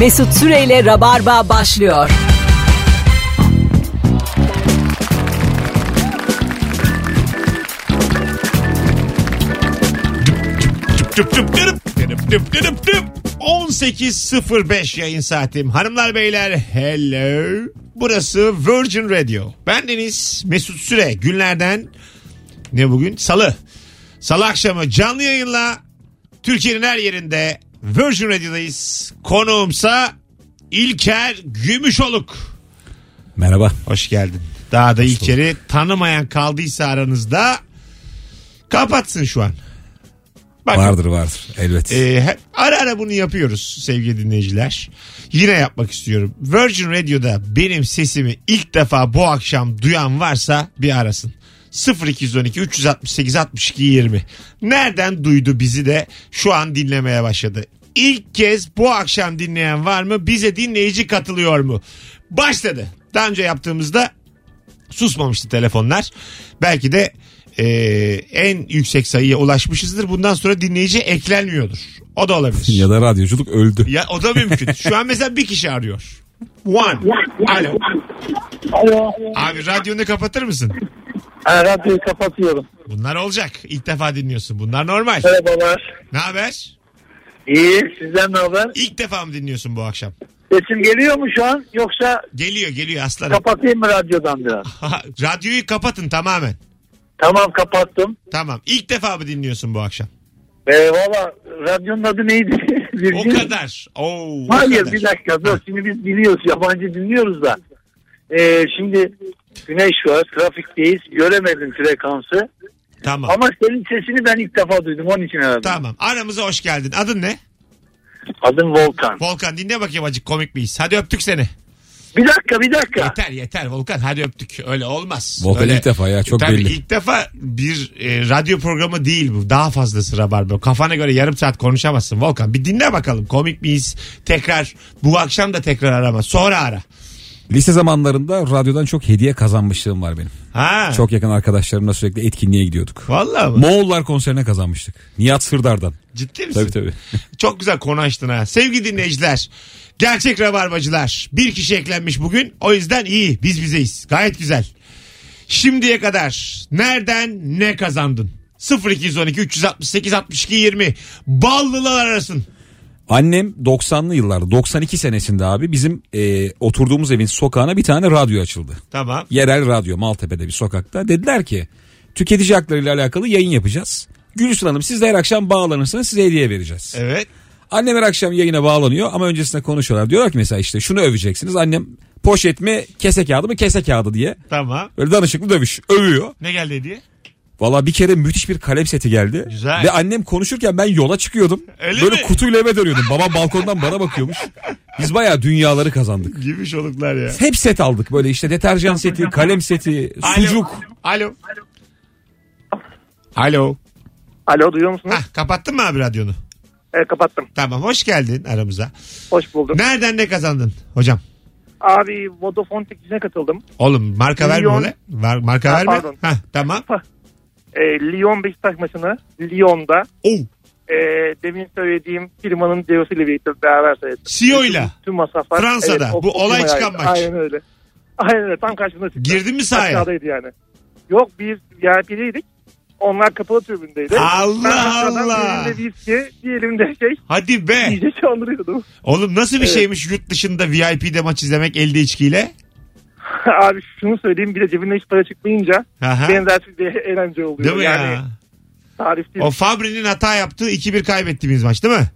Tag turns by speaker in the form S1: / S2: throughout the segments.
S1: Mesut Süreyle Rabarba başlıyor.
S2: Tüp tüp tüp tüp tüp tüp tüp. 18.05 yayın saatim. Hanımlar beyler hello. Burası Virgin Radio. Ben Deniz Mesut Süre. Günlerden ne bugün? Salı. Salı akşamı canlı yayınla Türkiye'nin her yerinde Virgin Radio'dayız. Konuğumsa İlker Gümüşoluk.
S3: Merhaba.
S2: Hoş geldin. Daha da İlker'i tanımayan kaldıysa aranızda kapatsın şu an. Bak,
S3: Vardır vardır elbet.
S2: ee, hep- ara ara bunu yapıyoruz sevgili dinleyiciler. Yine yapmak istiyorum. Virgin Radio'da benim sesimi ilk defa bu akşam duyan varsa bir arasın. 0212 368 62 20. Nereden duydu bizi de şu an dinlemeye başladı. İlk kez bu akşam dinleyen var mı? Bize dinleyici katılıyor mu? Başladı. Daha önce yaptığımızda susmamıştı telefonlar. Belki de e, en yüksek sayıya ulaşmışızdır. Bundan sonra dinleyici eklenmiyordur. O da olabilir. ya,
S3: ya da radyoculuk öldü.
S2: o da mümkün. Şu an mesela bir kişi arıyor. One. Alo.
S4: Alo.
S2: Abi radyonu kapatır mısın?
S4: Ha, radyoyu kapatıyorum.
S2: Bunlar olacak. İlk defa dinliyorsun. Bunlar normal.
S4: Merhabalar.
S2: Ne haber?
S4: İyi. Sizden ne haber?
S2: İlk defa mı dinliyorsun bu akşam?
S4: Sesim geliyor mu şu an? Yoksa
S2: Geliyor geliyor aslanım.
S4: kapatayım mı radyodan biraz?
S2: Ha, Radyoyu kapatın tamamen.
S4: Tamam kapattım.
S2: Tamam. İlk defa mı dinliyorsun bu akşam?
S4: Ee, Valla radyonun adı neydi?
S2: O
S4: Virgin.
S2: kadar. Oo, o
S4: Hayır
S2: kadar.
S4: bir dakika dur. Şimdi biz biliyoruz yabancı dinliyoruz da. Ee, şimdi güneş var trafikteyiz göremedim frekansı.
S2: Tamam.
S4: Ama senin sesini ben ilk defa duydum onun için aradım.
S2: Tamam. Aramıza hoş geldin. Adın ne?
S4: Adım Volkan.
S2: Volkan dinle bakayım acık komik miyiz? Hadi öptük seni.
S4: Bir dakika bir dakika.
S2: Yeter yeter Volkan hadi öptük. Öyle olmaz.
S3: Volkan
S2: Öyle-
S3: ilk defa ya, çok
S2: Tabii
S3: belli.
S2: ilk defa bir e, radyo programı değil bu. Daha fazlası Rabarba. Kafana göre yarım saat konuşamazsın Volkan. Bir dinle bakalım komik miyiz? Tekrar bu akşam da tekrar arama. Sonra ara.
S3: Lise zamanlarında radyodan çok hediye kazanmışlığım var benim.
S2: Ha.
S3: Çok yakın arkadaşlarımla sürekli etkinliğe gidiyorduk.
S2: Vallahi mı?
S3: Moğollar konserine kazanmıştık. Nihat Sırdar'dan.
S2: Ciddi misin?
S3: Tabii tabii.
S2: Çok güzel konu açtın ha. Sevgili dinleyiciler. Gerçek rabarbacılar. Bir kişi eklenmiş bugün. O yüzden iyi. Biz bizeyiz. Gayet güzel. Şimdiye kadar nereden ne kazandın? 0212 368 62 20 Ballılar arasın.
S3: Annem 90'lı yıllarda 92 senesinde abi bizim e, oturduğumuz evin sokağına bir tane radyo açıldı.
S2: Tamam.
S3: Yerel radyo Maltepe'de bir sokakta. Dediler ki tüketici haklarıyla alakalı yayın yapacağız. Gülsün Hanım siz de her akşam bağlanırsanız size hediye vereceğiz.
S2: Evet.
S3: Annem her akşam yayına bağlanıyor ama öncesinde konuşuyorlar. Diyorlar ki mesela işte şunu öveceksiniz. Annem poşet mi kese kağıdı mı kese kağıdı diye.
S2: Tamam.
S3: Böyle danışıklı dövüş övüyor.
S2: Ne geldi hediye?
S3: Valla bir kere müthiş bir kalem seti geldi.
S2: Güzel.
S3: Ve annem konuşurken ben yola çıkıyordum.
S2: Öyle
S3: Böyle
S2: mi?
S3: kutuyla eve dönüyordum. Babam balkondan bana bakıyormuş. Biz bayağı dünyaları kazandık.
S2: Gümüş oluklar ya.
S3: Hep set aldık böyle işte deterjan seti, kalem seti, sucuk.
S2: Alo. Alo.
S5: Alo duyuyor musunuz?
S2: Hah, kapattın mı abi radyonu?
S5: Evet, kapattım.
S2: Tamam hoş geldin aramıza.
S5: Hoş buldum.
S2: Nereden ne kazandın hocam?
S5: Abi Vodafone tekizine katıldım.
S2: Oğlum marka verme
S5: Lyon.
S2: öyle. Var, marka
S5: Ha,
S2: verme.
S5: pardon.
S2: Hah, tamam.
S5: E, Lyon Beşiktaş maçını Lyon'da
S2: Oo,
S5: e, demin söylediğim firmanın CEO'su ile birlikte beraber seyrettim.
S2: CEO ile.
S5: Tüm masraflar.
S2: E Fransa'da.
S5: o
S2: Bu olay
S5: firmaya
S2: çıkan
S5: ait.
S2: maç.
S5: Aynen öyle. Aynen öyle. Tam karşımda çıktı.
S2: Girdin mi sahaya?
S5: Aşağıdaydı yani. Yok biz VIP'deydik. Onlar kapalı tribündeydi.
S2: Allah
S5: ben aşağıdan
S2: Allah.
S5: Bir elimde viski, bir elimde şey.
S2: Hadi be.
S5: İyice çandırıyordum.
S2: Oğlum nasıl bir
S5: Evet.
S2: şeymiş yurt dışında VIP'de maç izlemek elde içkiyle?
S5: Abi şunu söyleyeyim bir de cebinden hiç para çıkmayınca
S2: Aha.
S5: benzersiz bir eğlence oluyor.
S2: Değil mi
S5: yani
S2: ya?
S5: tarif değil.
S2: O Fabri'nin hata yaptığı 2-1 kaybettiğimiz maç değil mi?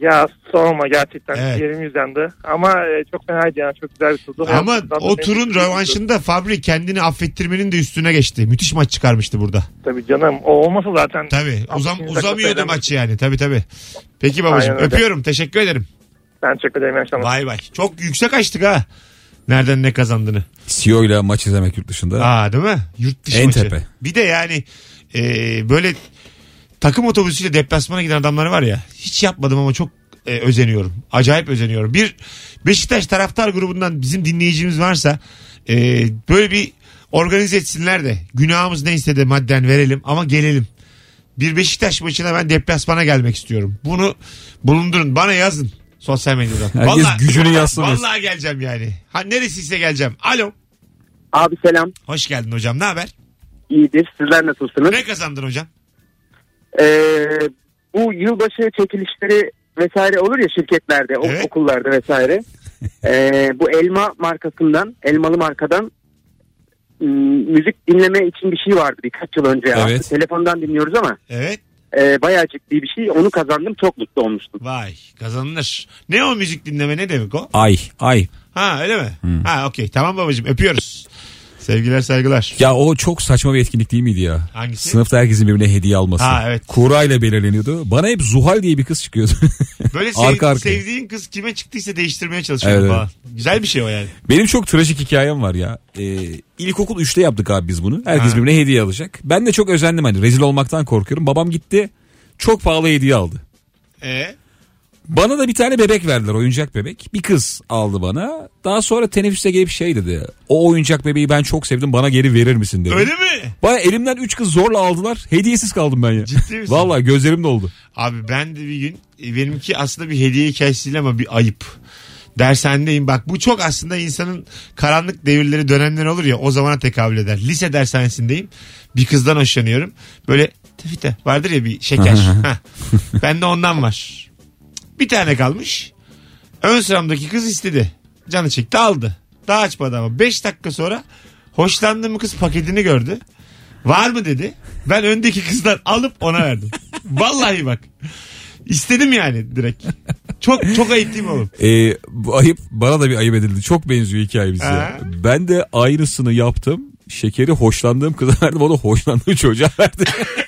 S5: Ya sorma gerçekten
S2: Evet.
S5: yerimiz yandı. Ama e, çok fenaydı yani çok güzel bir turdu.
S2: Ama
S5: Hayatımızdan
S2: o
S5: da
S2: turun
S5: memnun değilim.
S2: rövanşında Fabri kendini affettirmenin de üstüne geçti. Müthiş maç çıkarmıştı burada.
S5: Tabii canım o olmasa zaten.
S2: Tabii. Uzam,
S5: Hakkınızda
S2: uzamıyordu
S5: kafayla-
S2: maç yani. Tabii tabii. Peki babacığım
S5: Aynen öyle.
S2: öpüyorum. Teşekkür ederim.
S5: Ben çok ödeyim yaşamam.
S2: Bay bay. Çok yüksek açtık ha. Nereden ne kazandığını.
S3: CEO E ile maç izlemek yurt dışında.
S2: Aa değil mi? Yurt dışı
S3: En
S2: maçı.
S3: tepe.
S2: Bir de yani e, böyle takım otobüsüyle deplasmana giden adamlar var ya. Hiç yapmadım ama çok e, özeniyorum. Acayip özeniyorum. Bir Beşiktaş taraftar grubundan bizim dinleyicimiz varsa e, böyle bir organize etsinler de günahımız neyse de madden verelim ama gelelim. Bir Beşiktaş maçına ben deplasmana gelmek istiyorum. Bunu bulundurun bana yazın. Sosyal medyadan.
S3: Herkes gücünü yaslamasın.
S2: Vallahi geleceğim yani. Ha neresiyse geleceğim. Alo.
S4: Abi selam.
S2: Hoş geldin hocam. Ne haber?
S4: İyidir. Sizler nasılsınız?
S2: Ne kazandın hocam?
S4: Ee, bu yılbaşı çekilişleri vesaire olur ya şirketlerde, o-
S2: Evet.
S4: okullarda vesaire. Ee, bu elma markasından, elmalı markadan m, müzik dinleme için bir şey vardı birkaç yıl önce.
S3: Evet.
S4: Aslında Telefondan dinliyoruz ama
S2: Evet.
S4: e, bayağı ciddi bir şey. Onu kazandım çok mutlu olmuştum.
S2: Vay kazanılır. Ne o müzik dinleme ne demek o?
S3: Ay ay.
S2: Ha öyle mi?
S3: Hmm.
S2: Ha okey tamam babacığım öpüyoruz. Sevgiler saygılar.
S3: Ya o çok saçma bir etkinlik değil miydi ya?
S2: Hangisi?
S3: Sınıfta herkesin birbirine hediye alması.
S2: Ha, evet.
S3: Kurayla belirleniyordu. Bana hep Zuhal diye bir kız çıkıyordu.
S2: Böyle şey- sev-
S3: arka arkaya.
S2: sevdiğin kız kime çıktıysa değiştirmeye çalışıyorum
S3: Evet,
S2: falan. Güzel bir şey o yani.
S3: Benim çok trajik hikayem var ya. Ee, ilkokul 3'te yaptık abi biz bunu. Herkes
S2: Ha.
S3: birbirine hediye alacak. Ben de çok özendim hani rezil olmaktan korkuyorum. Babam gitti çok pahalı hediye aldı.
S2: Ee,
S3: Bana da bir tane bebek verdiler oyuncak bebek. Bir kız aldı bana. Daha sonra teneffüste gelip şey dedi. O oyuncak bebeği ben çok sevdim bana geri verir misin dedi.
S2: öyle mi?
S3: Baya elimden 3 kız zorla aldılar. Hediyesiz kaldım ben ya.
S2: Ciddi misin?
S3: Valla gözlerim doldu.
S2: Abi ben de bir gün e, benimki aslında bir hediye hikayesi değil ama bir ayıp. Dershanedeyim bak bu çok aslında insanın karanlık devirleri dönemler olur ya o zamana tekabül eder. Lise dershanesindeyim bir kızdan hoşlanıyorum. Böyle tefite vardır ya bir şeker. Heh. Bende ondan var. Bir tane kalmış. Ön sıramdaki kız istedi. Canı çekti aldı. Daha açmadı ama 5 dakika sonra hoşlandığım kız paketini gördü. Var mı dedi. Ben öndeki kızdan alıp ona verdim. Vallahi bak. İstedim yani direkt. Çok çok ayıp değil mi oğlum?
S3: Ee, bu ayıp bana da bir ayıp edildi. Çok benziyor hikaye bize.
S2: Ha.
S3: Ben de aynısını yaptım. Şekeri hoşlandığım kıza verdim. O da hoşlandığım çocuğa verdi.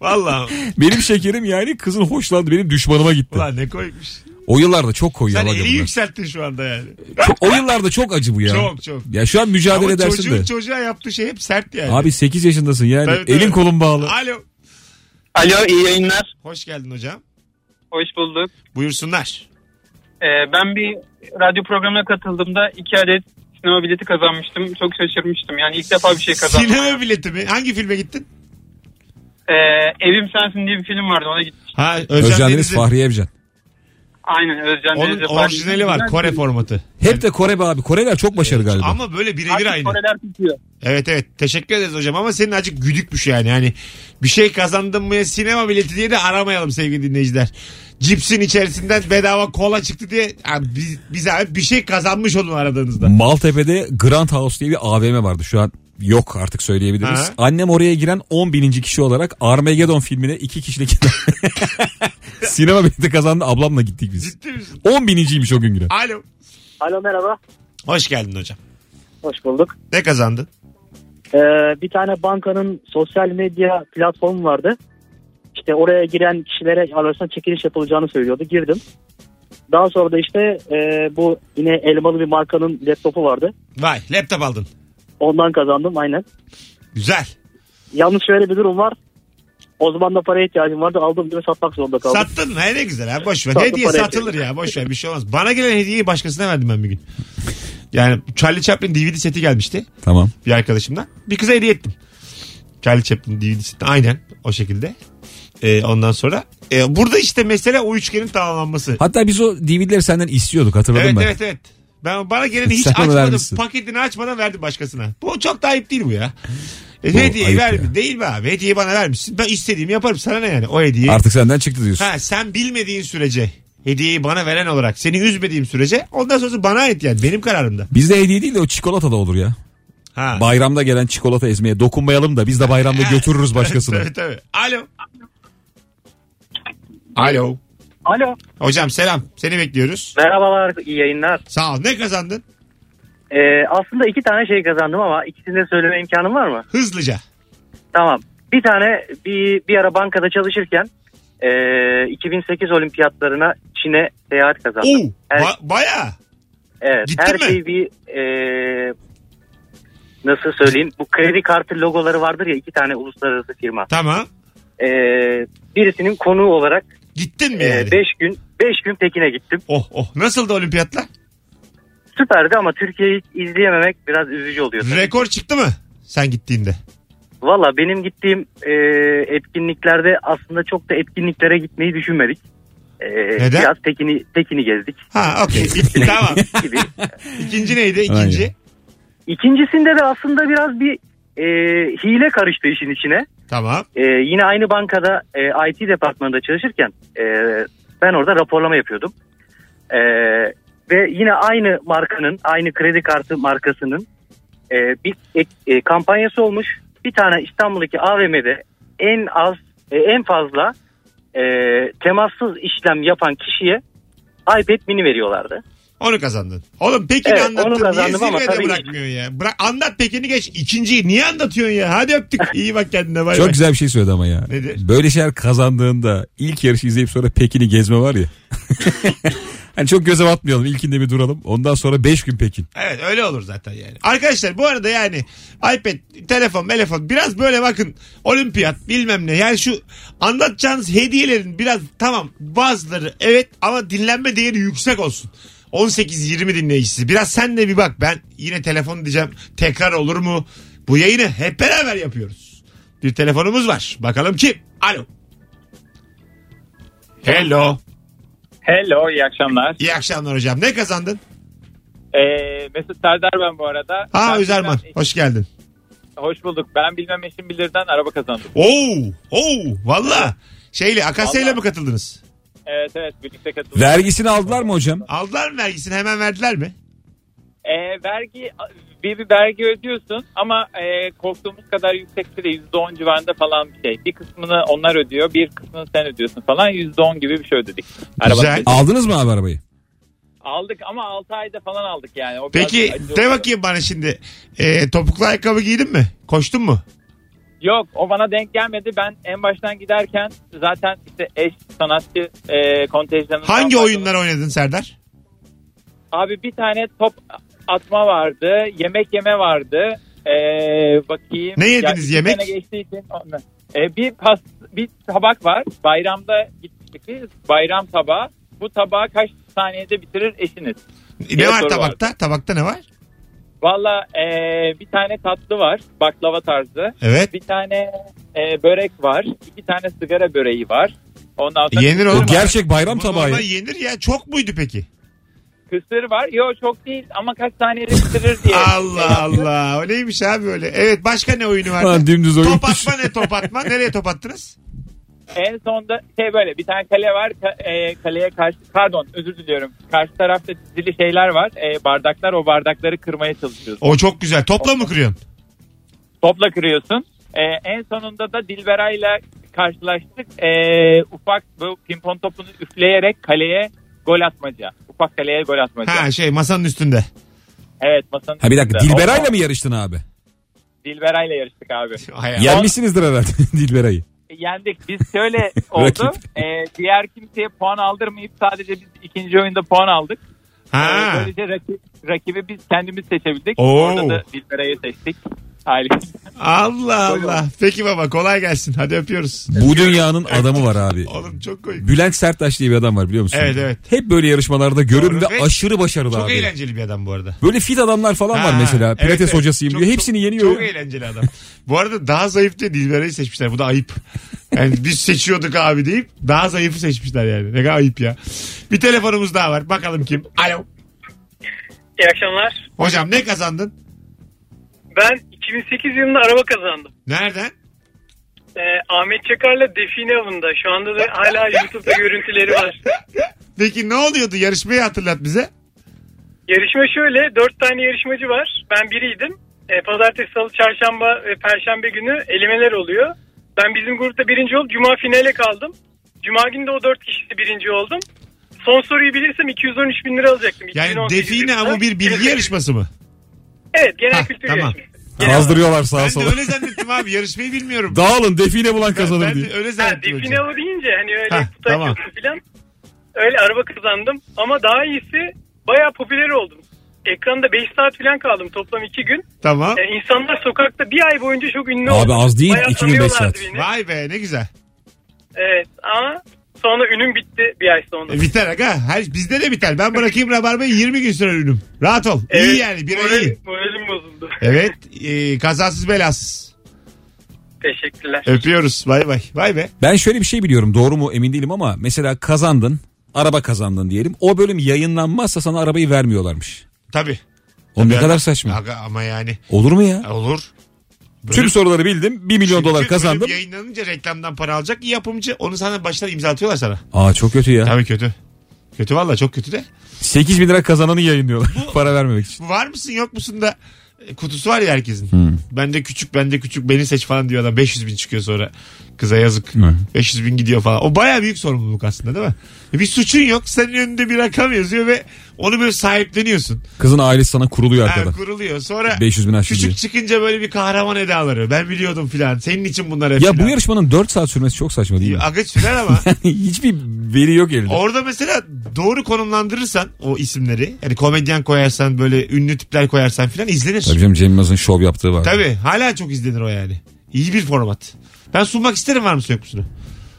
S2: Vallahi
S3: benim şekerim yani kızın hoşlandı. Benim düşmanıma gitti.
S2: ulan ne koymuş.
S3: O yıllarda çok koyu
S2: Sen
S3: yalan
S2: eli
S3: bunlar.
S2: yükselttin şu anda yani.
S3: Çok- o yıllarda çok acı bu ya.
S2: Çok, çok.
S3: Ya şu an mücadele
S2: Ama
S3: edersin
S2: çocuğun
S3: de.
S2: çocuğa yaptığı şey hep sert yani.
S3: Abi 8 yaşındasın yani.
S2: Tabii, tabii.
S3: Elin kolun bağlı.
S2: Alo.
S6: Alo iyi yayınlar.
S2: Hoş geldin hocam.
S6: Hoş bulduk.
S2: Buyursunlar.
S6: Ee, ben bir radyo programına katıldığımda iki adet sinema bileti kazanmıştım. Çok şaşırmıştım. Yani ilk defa bir şey kazandım.
S2: Sinema bileti mi? Hangi filme gittin?
S6: Ee, Evim Sensin diye bir film vardı. Ona gittim.
S2: Ha
S3: Özcan Deniz,
S2: Deniz'in.
S3: Fahriye Evcen.
S6: Aynen Özcan
S2: Onun
S6: Deniz'e
S2: orijinali var. Kore formatı.
S3: Hep de Kore be abi. Koreler çok
S2: Ee,
S3: başarılı galiba.
S2: Ama böyle birebir
S6: Artık
S2: aynı.
S6: Koreler tutuyor.
S2: Evet evet. Teşekkür ederiz hocam ama senin acık güdükmüş yani. Yani bir şey kazandın mı ya sinema bileti diye de aramayalım sevgili dinleyiciler. Cipsin içerisinden bedava kola çıktı diye abi, biz, biz abi bir şey kazanmış olun aradığınızda.
S3: Maltepe'de Grand House diye bir AVM vardı. Şu an yok artık söyleyebiliriz.
S2: Ha.
S3: Annem oraya giren 10 bininci kişi olarak Armageddon filmine iki kişilik sinema bileti kazandı. Ablamla gittik biz.
S2: Ciddi misin?
S3: 10 bininciymiş o gün giren.
S2: Alo.
S7: Alo merhaba.
S2: Hoş geldin hocam.
S7: Hoş bulduk.
S2: Ne kazandın?
S7: Ee, bir tane bankanın sosyal medya platformu vardı. İşte oraya giren kişilere arasında çekiliş yapılacağını söylüyordu. Girdim. Daha sonra da işte e, bu yine elmalı bir markanın laptopu vardı.
S2: Vay laptop aldın.
S7: Ondan kazandım aynen.
S2: Güzel.
S7: Yalnız şöyle bir durum var. O zaman da paraya ihtiyacım vardı. Aldığım gibi satmak zorunda kaldım.
S2: Sattın mı? He, ne güzel ha boş ver.
S7: Sattım
S2: Hediye
S7: parayı.
S2: satılır ya boş ver bir şey olmaz. Bana gelen hediyeyi başkasına verdim ben bir gün. Yani Charlie Chaplin DVD seti gelmişti.
S3: Tamam.
S2: bir arkadaşımdan. Bir kıza hediye ettim. Charlie Chaplin DVD'sini aynen o şekilde. Ee, ondan sonra e, burada işte mesele o üçgenin tamamlanması.
S3: Hatta biz o DVD'leri senden istiyorduk hatırladım
S2: evet
S3: ben.
S2: evet evet. Ben bana geleni hiç
S3: Sen bana
S2: açmadım.
S3: vermişsin.
S2: Paketini açmadan verdim başkasına. Bu çok da ayıp değil bu ya. E,
S3: Bu
S2: hediyeyi
S3: ayıp
S2: ver
S3: ya.
S2: değil mi abi? Hediyeyi bana vermişsin. Ben istediğimi yaparım sana ne yani o hediye.
S3: Artık senden çıktı diyorsun.
S2: Ha sen bilmediğin sürece hediyeyi bana veren olarak seni üzmediğim sürece ondan sonrası bana ait yani benim kararımda.
S3: Bizde hediye değil de o çikolata da olur ya.
S2: Ha.
S3: Bayramda gelen çikolata ezmeye dokunmayalım da biz de bayramda götürürüz başkasına.
S2: tabii tabii. Alo. Alo.
S8: Alo.
S2: Hocam selam. Seni bekliyoruz.
S8: Merhabalar, iyi yayınlar.
S2: Sağ ol. Ne kazandın?
S8: Ee, aslında iki tane şey kazandım ama ikisini de söyleme imkanım var mı?
S2: Hızlıca.
S8: Tamam. Bir tane bir, bir ara bankada çalışırken ee, 2008 olimpiyatlarına Çin'e seyahat
S2: Oo,
S8: kazandım. Evet.
S2: ba- baya.
S8: evet,
S2: gitti
S8: her
S2: mi?
S8: şey bir ee, nasıl söyleyeyim? Bu kredi kartı logoları vardır ya iki tane uluslararası firma.
S2: Tamam.
S8: Ee, birisinin konuğu olarak 5
S2: Gittin
S8: Ee,
S2: mi yani?
S8: gün 5 gün Pekin'e gittim.
S2: Oh oh. Nasıldı olimpiyatlar?
S8: Süperdi ama Türkiye'yi izleyememek biraz üzücü oluyor. tabii.
S2: Rekor çıktı mı? Sen gittiğinde.
S8: Valla benim gittiğim e, etkinliklerde aslında çok da etkinliklere gitmeyi düşünmedik. e,
S2: Neden?
S8: biraz tekini tekini gezdik
S2: Ha okey. İ- tamam.
S8: gibi.
S2: İkinci neydi? İkinci.
S8: İkincisinde de aslında biraz bir e, hile karıştı işin içine.
S2: Tamam.
S8: E, yine aynı bankada e, IT departmanında çalışırken e, ben orada raporlama yapıyordum. E, ve yine aynı markanın, aynı kredi kartı markasının e, bir ek- e, kampanyası olmuş. Bir tane İstanbul'daki AVM'de en az, e, en fazla e, temassız işlem yapan kişiye iPad mini veriyorlardı.
S2: Onu kazandın. Oğlum Pekin'i
S8: Evet,
S2: anlattın.
S8: onu kazandım
S2: niye
S8: ama
S2: zirvede
S8: tabii-
S2: bırakmıyorsun ya? Bırak, anlat Pekin'i geç. İkinciyi niye anlatıyorsun ya? Hadi öptük. İyi bak kendine. Bay
S3: Çok
S2: bay.
S3: güzel bir şey söyledi ama ya.
S2: Nedir?
S3: Böyle şeyler kazandığında ilk yarışı izleyip sonra Pekin'i gezme var ya. hani çok göze batmayalım. İlkinde bir duralım. Ondan sonra 5 gün Pekin.
S2: Evet öyle olur zaten yani. Arkadaşlar bu arada yani iPad, telefon, telefon biraz böyle bakın olimpiyat bilmem ne. Yani şu anlatacağınız hediyelerin biraz tamam bazıları evet ama dinlenme değeri yüksek olsun. 18-20 dinleyicisi. Biraz sen de bir bak ben yine telefon diyeceğim tekrar olur mu? Bu yayını hep beraber yapıyoruz. Bir telefonumuz var. Bakalım kim? Alo. Hello.
S6: Hello, iyi akşamlar.
S2: İyi akşamlar hocam. Ne kazandın?
S6: Ee, Mesut Serdar ben bu arada.
S2: Ha
S6: Ben
S2: Özerman.
S6: bilmem-
S2: Hoş geldin.
S6: Hoş bulduk. Ben bilmem eşim bilirden araba kazandım.
S2: Oo, oo, valla. Şeyle, Akasya'yla
S6: Vallahi.
S2: mı katıldınız?
S6: Evet evet birlikte katıldık.
S3: Vergisini aldılar mı hocam?
S2: Aldılar mı vergisini hemen verdiler mi?
S6: Ee, vergi bir, bir vergi ödüyorsun ama e, korktuğumuz kadar yüksekte de %10 civarında falan bir şey. Bir kısmını onlar ödüyor, bir kısmını sen ödüyorsun falan. %10 gibi bir şey ödedik.
S2: Güzel.
S6: Arabanın-
S3: Aldınız mı abi arabayı?
S6: Aldık ama 6 ayda falan aldık yani. O biraz
S2: Peki
S6: acı
S2: de
S6: oldu.
S2: bakayım bana şimdi. Ee, topuklu ayakkabı giydin mi? Koştun mu?
S6: Yok o bana denk gelmedi. Ben en baştan giderken zaten işte eş sanatçı e, kontenjanından
S2: Hangi
S6: başladım.
S2: oyunlar oynadın Serdar?
S6: Abi bir tane top atma vardı. Yemek yeme vardı. Ee, bakayım.
S2: Ne yediniz
S6: iki
S2: yemek?
S6: sene geçtiği için onunla. Ee, bir pas, bir tabak var. Bayramda gittik biz. Bayram tabağı. Bu tabağı kaç saniyede bitirir eşiniz?
S2: ne
S6: Bir
S2: var
S6: soru
S2: tabakta? Tabakta ne var?
S6: Valla ee, bir tane tatlı var. Baklava tarzı.
S2: Evet.
S6: Bir tane ee, börek var. İki tane sigara böreği var. Ondan sonra
S2: Yenir oğlum.
S3: O gerçek bayram
S2: Bu normal
S3: tabağı. ya.
S2: yenir ya. Çok muydu peki?
S6: kısır var. Yok çok değil ama kaç saniyede bitirir diye.
S2: Allah Allah. O neymiş abi öyle? Evet başka ne oyunu
S3: Lan
S2: vardı?
S3: dümdüz oyun.
S2: top atma ne top atma? Nereye top attınız?
S6: En sonda şey böyle bir tane kale var Ka- e, kaleye karşı pardon özür diliyorum karşı tarafta dizili şeyler var E, bardaklar o bardakları kırmaya çalışıyorsun.
S2: O çok güzel. Topla mı kırıyorsun?
S6: Topla kırıyorsun. E, en sonunda da Dilberay'la karşılaştık E, ufak bu pimpon topunu üfleyerek kaleye gol atmaca ufak kaleye gol atmaca.
S2: Ha şey masanın üstünde.
S6: Evet masanın
S3: Ha bir dakika
S6: üstünde.
S3: Dilberay'la
S6: O-
S3: mı yarıştın abi?
S6: Dilberay'la yarıştık abi.
S2: Hay Allah.
S3: Yenmişsinizdir herhalde Dilberay'ı.
S6: yendik. Biz şöyle oldu.
S3: Rakip.
S6: E, diğer kimseye puan aldırmayıp sadece biz ikinci oyunda puan aldık. Ee,
S2: Ha.
S6: Böylece rakip, rakibi biz kendimiz seçebildik.
S2: Oo.
S6: Orada da Dilberay'ı seçtik. Aile.
S2: Allah Allah. Peki baba kolay gelsin. Hadi öpüyoruz.
S3: Bu dünyanın adamı var abi.
S2: Oğlum çok komik.
S3: Bülent Serttaş diye bir adam var biliyor musun?
S2: Evet, evet.
S3: Hep böyle yarışmalarda görür
S2: Doğru.
S3: ve
S2: Ve
S3: aşırı başarılı
S2: Çok
S3: abi.
S2: eğlenceli bir adam bu arada.
S3: Böyle fit adamlar falan var
S2: Ha,
S3: mesela.
S2: evet,
S3: Pilates
S2: evet.
S3: hocasıyım
S2: Çok-
S3: diyor. Hepsini
S2: çok-
S3: yeniyor.
S2: Çok eğlenceli adam. Bu arada daha zayıf diye Dilberay'ı seçmişler. Bu da ayıp. Yani biz seçiyorduk abi deyip daha zayıfı seçmişler yani. Ne kadar ayıp ya. Bir telefonumuz daha var. Bakalım kim? Alo.
S9: İyi akşamlar.
S2: Hocam ne kazandın?
S9: Ben 2008 yılında araba kazandım.
S2: Nereden?
S9: Ee, Ahmet Çakar'la Define Avı'nda. Şu anda da hala YouTube'da görüntüleri var.
S2: Peki ne oluyordu? Yarışmayı hatırlat bize.
S9: Yarışma şöyle. Dört tane yarışmacı var. Ben biriydim. Ee, Pazartesi, Salı, Çarşamba ve Perşembe günü elemeler oluyor. Ben bizim grupta birinci olup Cuma finale kaldım. Cuma günü de o dört kişide birinci oldum. Son soruyu bilirsem 213 bin lira alacaktım.
S2: Yani
S9: 2018
S2: define
S9: yılında.
S2: ama bir bilgi yarışması mı?
S9: Evet genel
S2: Ha,
S9: kültür
S2: tamam.
S9: yarışması.
S3: Kazdırıyorlar sağa
S2: Ben de
S3: sola.
S2: öyle zannettim abi. Yarışmayı bilmiyorum.
S3: Dağılın define bulan
S2: ben
S3: kazanır diye.
S2: de öyle
S9: Ha,
S2: zannettim. hocam.
S9: define avı deyince hani öyle
S2: Hah,
S9: kutay
S2: tamam.
S9: köprü falan. Öyle araba kazandım. Ama daha iyisi bayağı popüler oldum. Ekranda 5 saat falan kaldım toplam 2 gün. E,
S2: Tamam.
S9: insanlar sokakta bir ay boyunca çok ünlü
S3: Abi
S9: oldu.
S3: az değil,
S9: Bayağı
S3: iki gün, beş
S9: tanıyorlardı
S3: saat.
S9: beni.
S2: Vay be ne güzel.
S9: Evet ama sonra ünüm bitti bir ay sonra.
S2: E, Biter aga. Her, bizde de biter. Ben bırakayım rabarbayı 20 gün sürer ürünüm. Rahat ol.
S9: Evet,
S2: iyi yani. Bir ay iyi.
S9: moralim, moralim bozuldu.
S2: Evet. e, kazasız belasız.
S9: Teşekkürler.
S2: Öpüyoruz. Bay bay. Bay be.
S3: Ben şöyle bir şey biliyorum doğru mu emin değilim ama mesela kazandın araba kazandın diyelim. O bölüm yayınlanmazsa sana arabayı vermiyorlarmış.
S2: Tabii.
S3: O ne
S2: Tabii.
S3: kadar saçma.
S2: Aga, ama yani
S3: Olur mu ya?
S2: olur.
S3: Tüm soruları bildim. 1 milyon dolar kazandım.
S2: Bölüm yayınlanınca reklamdan para alacak yapımcı. Onu sana baştan imzalatıyorlar sana.
S3: Aa çok kötü ya.
S2: Tabii kötü. Kötü valla çok kötü de.
S3: 8 bin lira kazananı yayınlıyorlar. Para vermemek için.
S2: Var mısın yok musun da e, kutusu var ya herkesin. Bende küçük bende küçük beni seç falan diyor adam. 500 bin çıkıyor sonra. Kıza yazık.
S3: Hı.
S2: 500 bin gidiyor falan. O baya büyük sorumluluk aslında değil mi? E, Bir suçun yok. Senin önünde bir rakam yazıyor ve onu böyle sahipleniyorsun.
S3: Kızın ailesi sana kuruluyor
S2: Ha,
S3: arkadan.
S2: kuruluyor. Sonra
S3: 500 bin aşkı diyor.
S2: küçük çıkınca böyle bir kahraman edaları. Ben biliyordum filan. Senin için bunlar hep
S3: Ya bu
S2: filan.
S3: yarışmanın 4 saat sürmesi çok saçma değil mi?
S2: Aga sürer ama.
S3: Hiçbir veri yok elinde.
S2: Orada mesela doğru konumlandırırsan o isimleri. Yani komedyen koyarsan böyle ünlü tipler koyarsan filan izlenir.
S3: Tabii
S2: Tabii.
S3: canım Cem Yılmaz'ın şov yaptığı var.
S2: Hala çok izlenir o yani. İyi bir format. Ben sunmak isterim var mısın yok musun?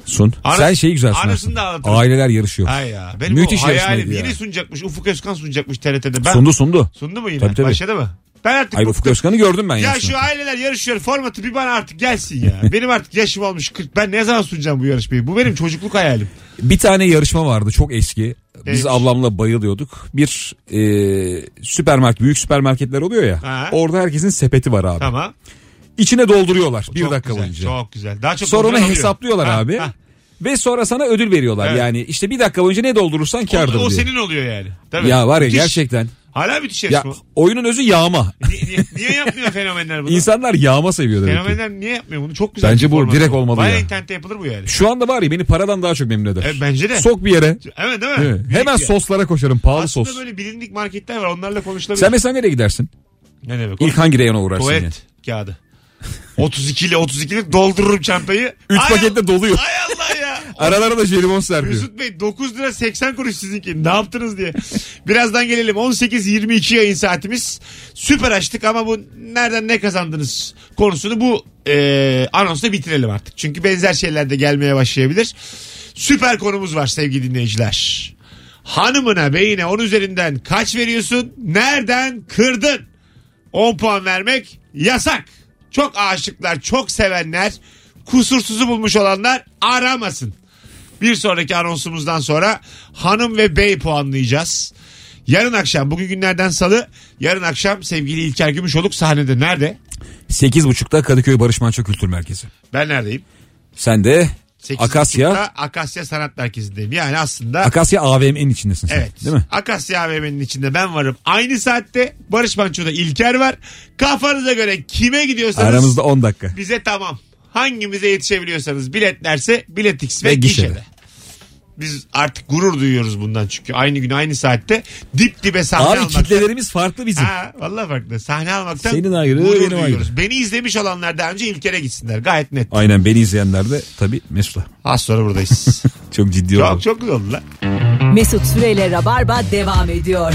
S3: Sun.
S2: Ara-
S3: Sen şeyi güzel
S2: Arasını
S3: sunarsın.
S2: da anlatırım.
S3: Aileler yarışıyor.
S2: Ay ya. Benim
S3: Müthiş
S2: bu hayalim.
S3: yarışmaydı ya.
S2: Yine sunacakmış. Ufuk Özkan sunacakmış TRT'de. Ben...
S3: Sundu sundu.
S2: Sundu mu yine?
S3: Tabii, tabii.
S2: Başladı mı? Ben artık
S3: Ay
S2: bu-
S3: Ufuk Özkan'ı gördüm ben
S2: Ya
S3: yarışmada.
S2: şu aileler yarışıyor. Formatı bir bana artık gelsin ya. benim artık yaşım olmuş 40. Ben ne zaman sunacağım bu yarışmayı? Bu benim çocukluk hayalim.
S3: Bir tane yarışma vardı çok eski. Biz
S2: Neymiş?
S3: ablamla bayılıyorduk. Bir e, süpermarket, büyük süpermarketler oluyor ya.
S2: Ha.
S3: Orada herkesin sepeti var abi.
S2: Tamam.
S3: İçine dolduruyorlar bir
S2: Çok
S3: dakika
S2: güzel,
S3: boyunca.
S2: Çok güzel. Daha çok
S3: Sonra onu
S2: alıyor.
S3: hesaplıyorlar
S2: Ha,
S3: abi.
S2: ha.
S3: Ve sonra sana ödül veriyorlar.
S2: Evet.
S3: Yani işte bir dakika boyunca ne doldurursan
S2: O-
S3: kârdır
S2: O,
S3: diyor.
S2: senin oluyor yani. Tabii.
S3: Ya var ya
S2: Müthiş.
S3: gerçekten.
S2: Hala müthiş
S3: Ya
S2: yarışma.
S3: oyunun özü yağma.
S2: Ni- niye, niye yapmıyor fenomenler bunu?
S3: İnsanlar yağma seviyor demek ki.
S2: fenomenler niye yapmıyor bunu? Çok güzel.
S3: Bence
S2: bir
S3: bu
S2: format
S3: direkt olmalı
S2: Bayağı
S3: ya.
S2: internette yapılır bu yani.
S3: Şu anda var ya beni paradan daha çok memnun eder.
S2: E, bence de.
S3: Sok bir yere.
S2: evet değil mi?
S3: Evet.
S2: Direkt
S3: Hemen
S2: ya.
S3: soslara koşarım. Pahalı
S2: Aslında
S3: sos.
S2: böyle bilindik marketler var onlarla konuşulabilir.
S3: Sen mesela nereye gidersin?
S2: Ne demek? o?
S3: İlk hangi reyona uğrarsın?
S2: Tuvalet
S3: yani?
S2: kağıdı. 32 ile 32'lik doldururum çantayı.
S3: Üç
S2: Ay
S3: pakette doluyor.
S2: Ay Allah ya.
S3: Aralara da jelibon serpiyor.
S2: Mesut Bey 9 lira 80 kuruş sizinki. Ne yaptınız diye. Birazdan gelelim. 18-22 yayın saatimiz. Süper açtık ama bu nereden ne kazandınız konusunu bu e, anonsla bitirelim artık. Çünkü benzer şeyler de gelmeye başlayabilir. Süper konumuz var sevgili dinleyiciler. Hanımına beyine 10 üzerinden kaç veriyorsun? Nereden kırdın? 10 puan vermek yasak. Çok aşıklar, çok sevenler, kusursuzu bulmuş olanlar aramasın. Bir sonraki anonsumuzdan sonra hanım ve bey puanlayacağız. Yarın akşam bugün günlerden salı yarın akşam sevgili İlker Gümüşoluk sahnede nerede?
S3: 8.30'da Kadıköy Barış Manço Kültür Merkezi.
S2: Ben neredeyim?
S3: Sen de
S2: 8.30'da
S3: Akasya,
S2: Akasya Sanat Merkezi'ndeyim. Yani aslında
S3: Akasya AVM'nin içindesin sen.
S2: evet.
S3: Değil mi?
S2: Akasya AVM'nin içinde ben varım. Aynı saatte Barış Manço'da İlker var. Kafanıza göre kime gidiyorsanız
S3: Aramızda 10 dakika.
S2: bize tamam. Hangimize yetişebiliyorsanız biletlerse biletix ve,
S3: Ve
S2: gişede.
S3: gişede.
S2: Biz artık gurur duyuyoruz bundan çünkü aynı gün aynı saatte dip dibe sahne
S3: Abi
S2: almaktan.
S3: kitlelerimiz farklı bizim.
S2: Ha, vallahi farklı. Sahne almaktan
S3: Senin ayrı,
S2: gurur
S3: benim
S2: duyuyoruz. Beni izlemiş olanlar daha önce İlker'e gitsinler. Gayet net.
S3: Aynen beni izleyenler de tabii Mesut'a.
S2: Az sonra buradayız.
S3: Çok ciddi oldu.
S2: çok çok güzel oldu lan.
S1: Mesut Süreyle Rabarba devam ediyor.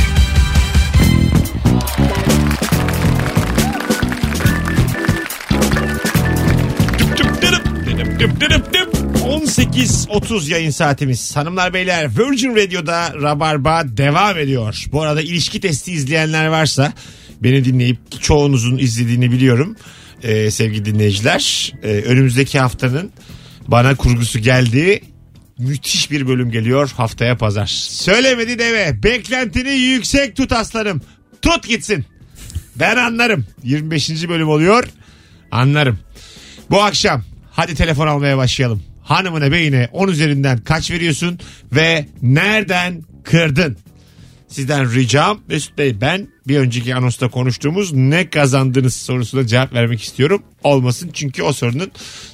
S2: Tüp tırıp, tırıp tüp tırıp tüp. 18.30 yayın saatimiz. Hanımlar beyler Virgin Radio'da Rabarba devam ediyor. Bu arada ilişki testi izleyenler varsa beni dinleyip çoğunuzun izlediğini biliyorum Ee, sevgili dinleyiciler. ee, önümüzdeki haftanın bana kurgusu geldi. Müthiş bir bölüm geliyor haftaya pazar. Söylemedi deve beklentini yüksek tut aslanım. Tut gitsin. Ben anlarım. 25. bölüm oluyor. Anlarım. Bu akşam hadi telefon almaya başlayalım. Hanımına beyine 10 üzerinden kaç veriyorsun ve nereden kırdın? Sizden ricam Mesut Bey ben bir önceki anonsta konuştuğumuz ne kazandınız sorusuna cevap vermek istiyorum. Olmasın çünkü o sorunun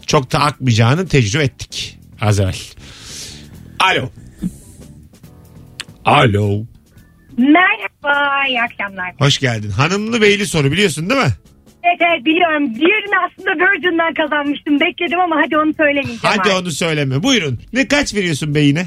S2: çok da akmayacağını tecrübe ettik az evvel. Alo. Alo.
S10: Merhaba, iyi akşamlar.
S2: Hoş geldin. Hanımlı beyli soru biliyorsun değil mi?
S10: Evet, evet biliyorum. Diğerini aslında Virgin'den kazanmıştım. Bekledim ama hadi onu söylemeyeceğim.
S2: Hadi
S10: artık.
S2: onu söyleme. Buyurun. Ne kaç veriyorsun beyine?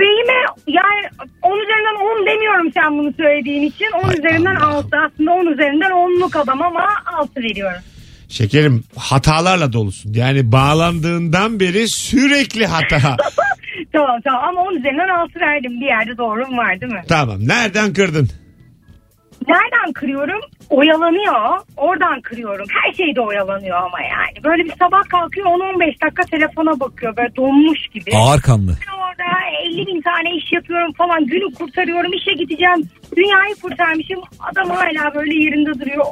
S10: Beyime yani 10 üzerinden 10 demiyorum sen bunu söylediğin için. 10
S2: Hay
S10: üzerinden
S2: Allah.
S10: 6 aslında 10 üzerinden 10'luk adam ama 6 veriyorum.
S2: Şekerim hatalarla dolusun. Yani bağlandığından beri sürekli hata.
S10: Tamam tamam ama 10 üzerinden 6 verdim. Bir yerde doğrum var değil mi?
S2: tamam nereden kırdın?
S10: Nereden kırıyorum? Oyalanıyor. Oradan kırıyorum. Her şeyde oyalanıyor ama yani. Böyle bir sabah kalkıyor 10-15 dakika telefona bakıyor. Böyle donmuş gibi.
S3: Ağır kanlı.
S10: Ben orada bayağı 50 bin tane iş yapıyorum falan. Günü kurtarıyorum işe gideceğim. Dünyayı kurtarmışım. Adam hala böyle yerinde duruyor.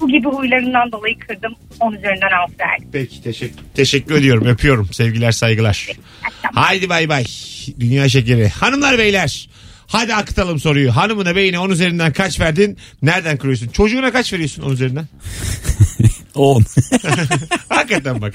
S10: Bu gibi huylarından dolayı kırdım. 10 üzerinden 6 verdim.
S2: Peki teşekkür, teşekkür ediyorum. Öpüyorum. Sevgiler saygılar. Haydi bay bay. Dünya şekeri. Hanımlar beyler. Hadi akıtalım soruyu. Hanımına beyine 10 üzerinden kaç verdin? Nereden kırıyorsun? Çocuğuna kaç veriyorsun 10 üzerinden?
S3: 10.
S2: Hakikaten bak.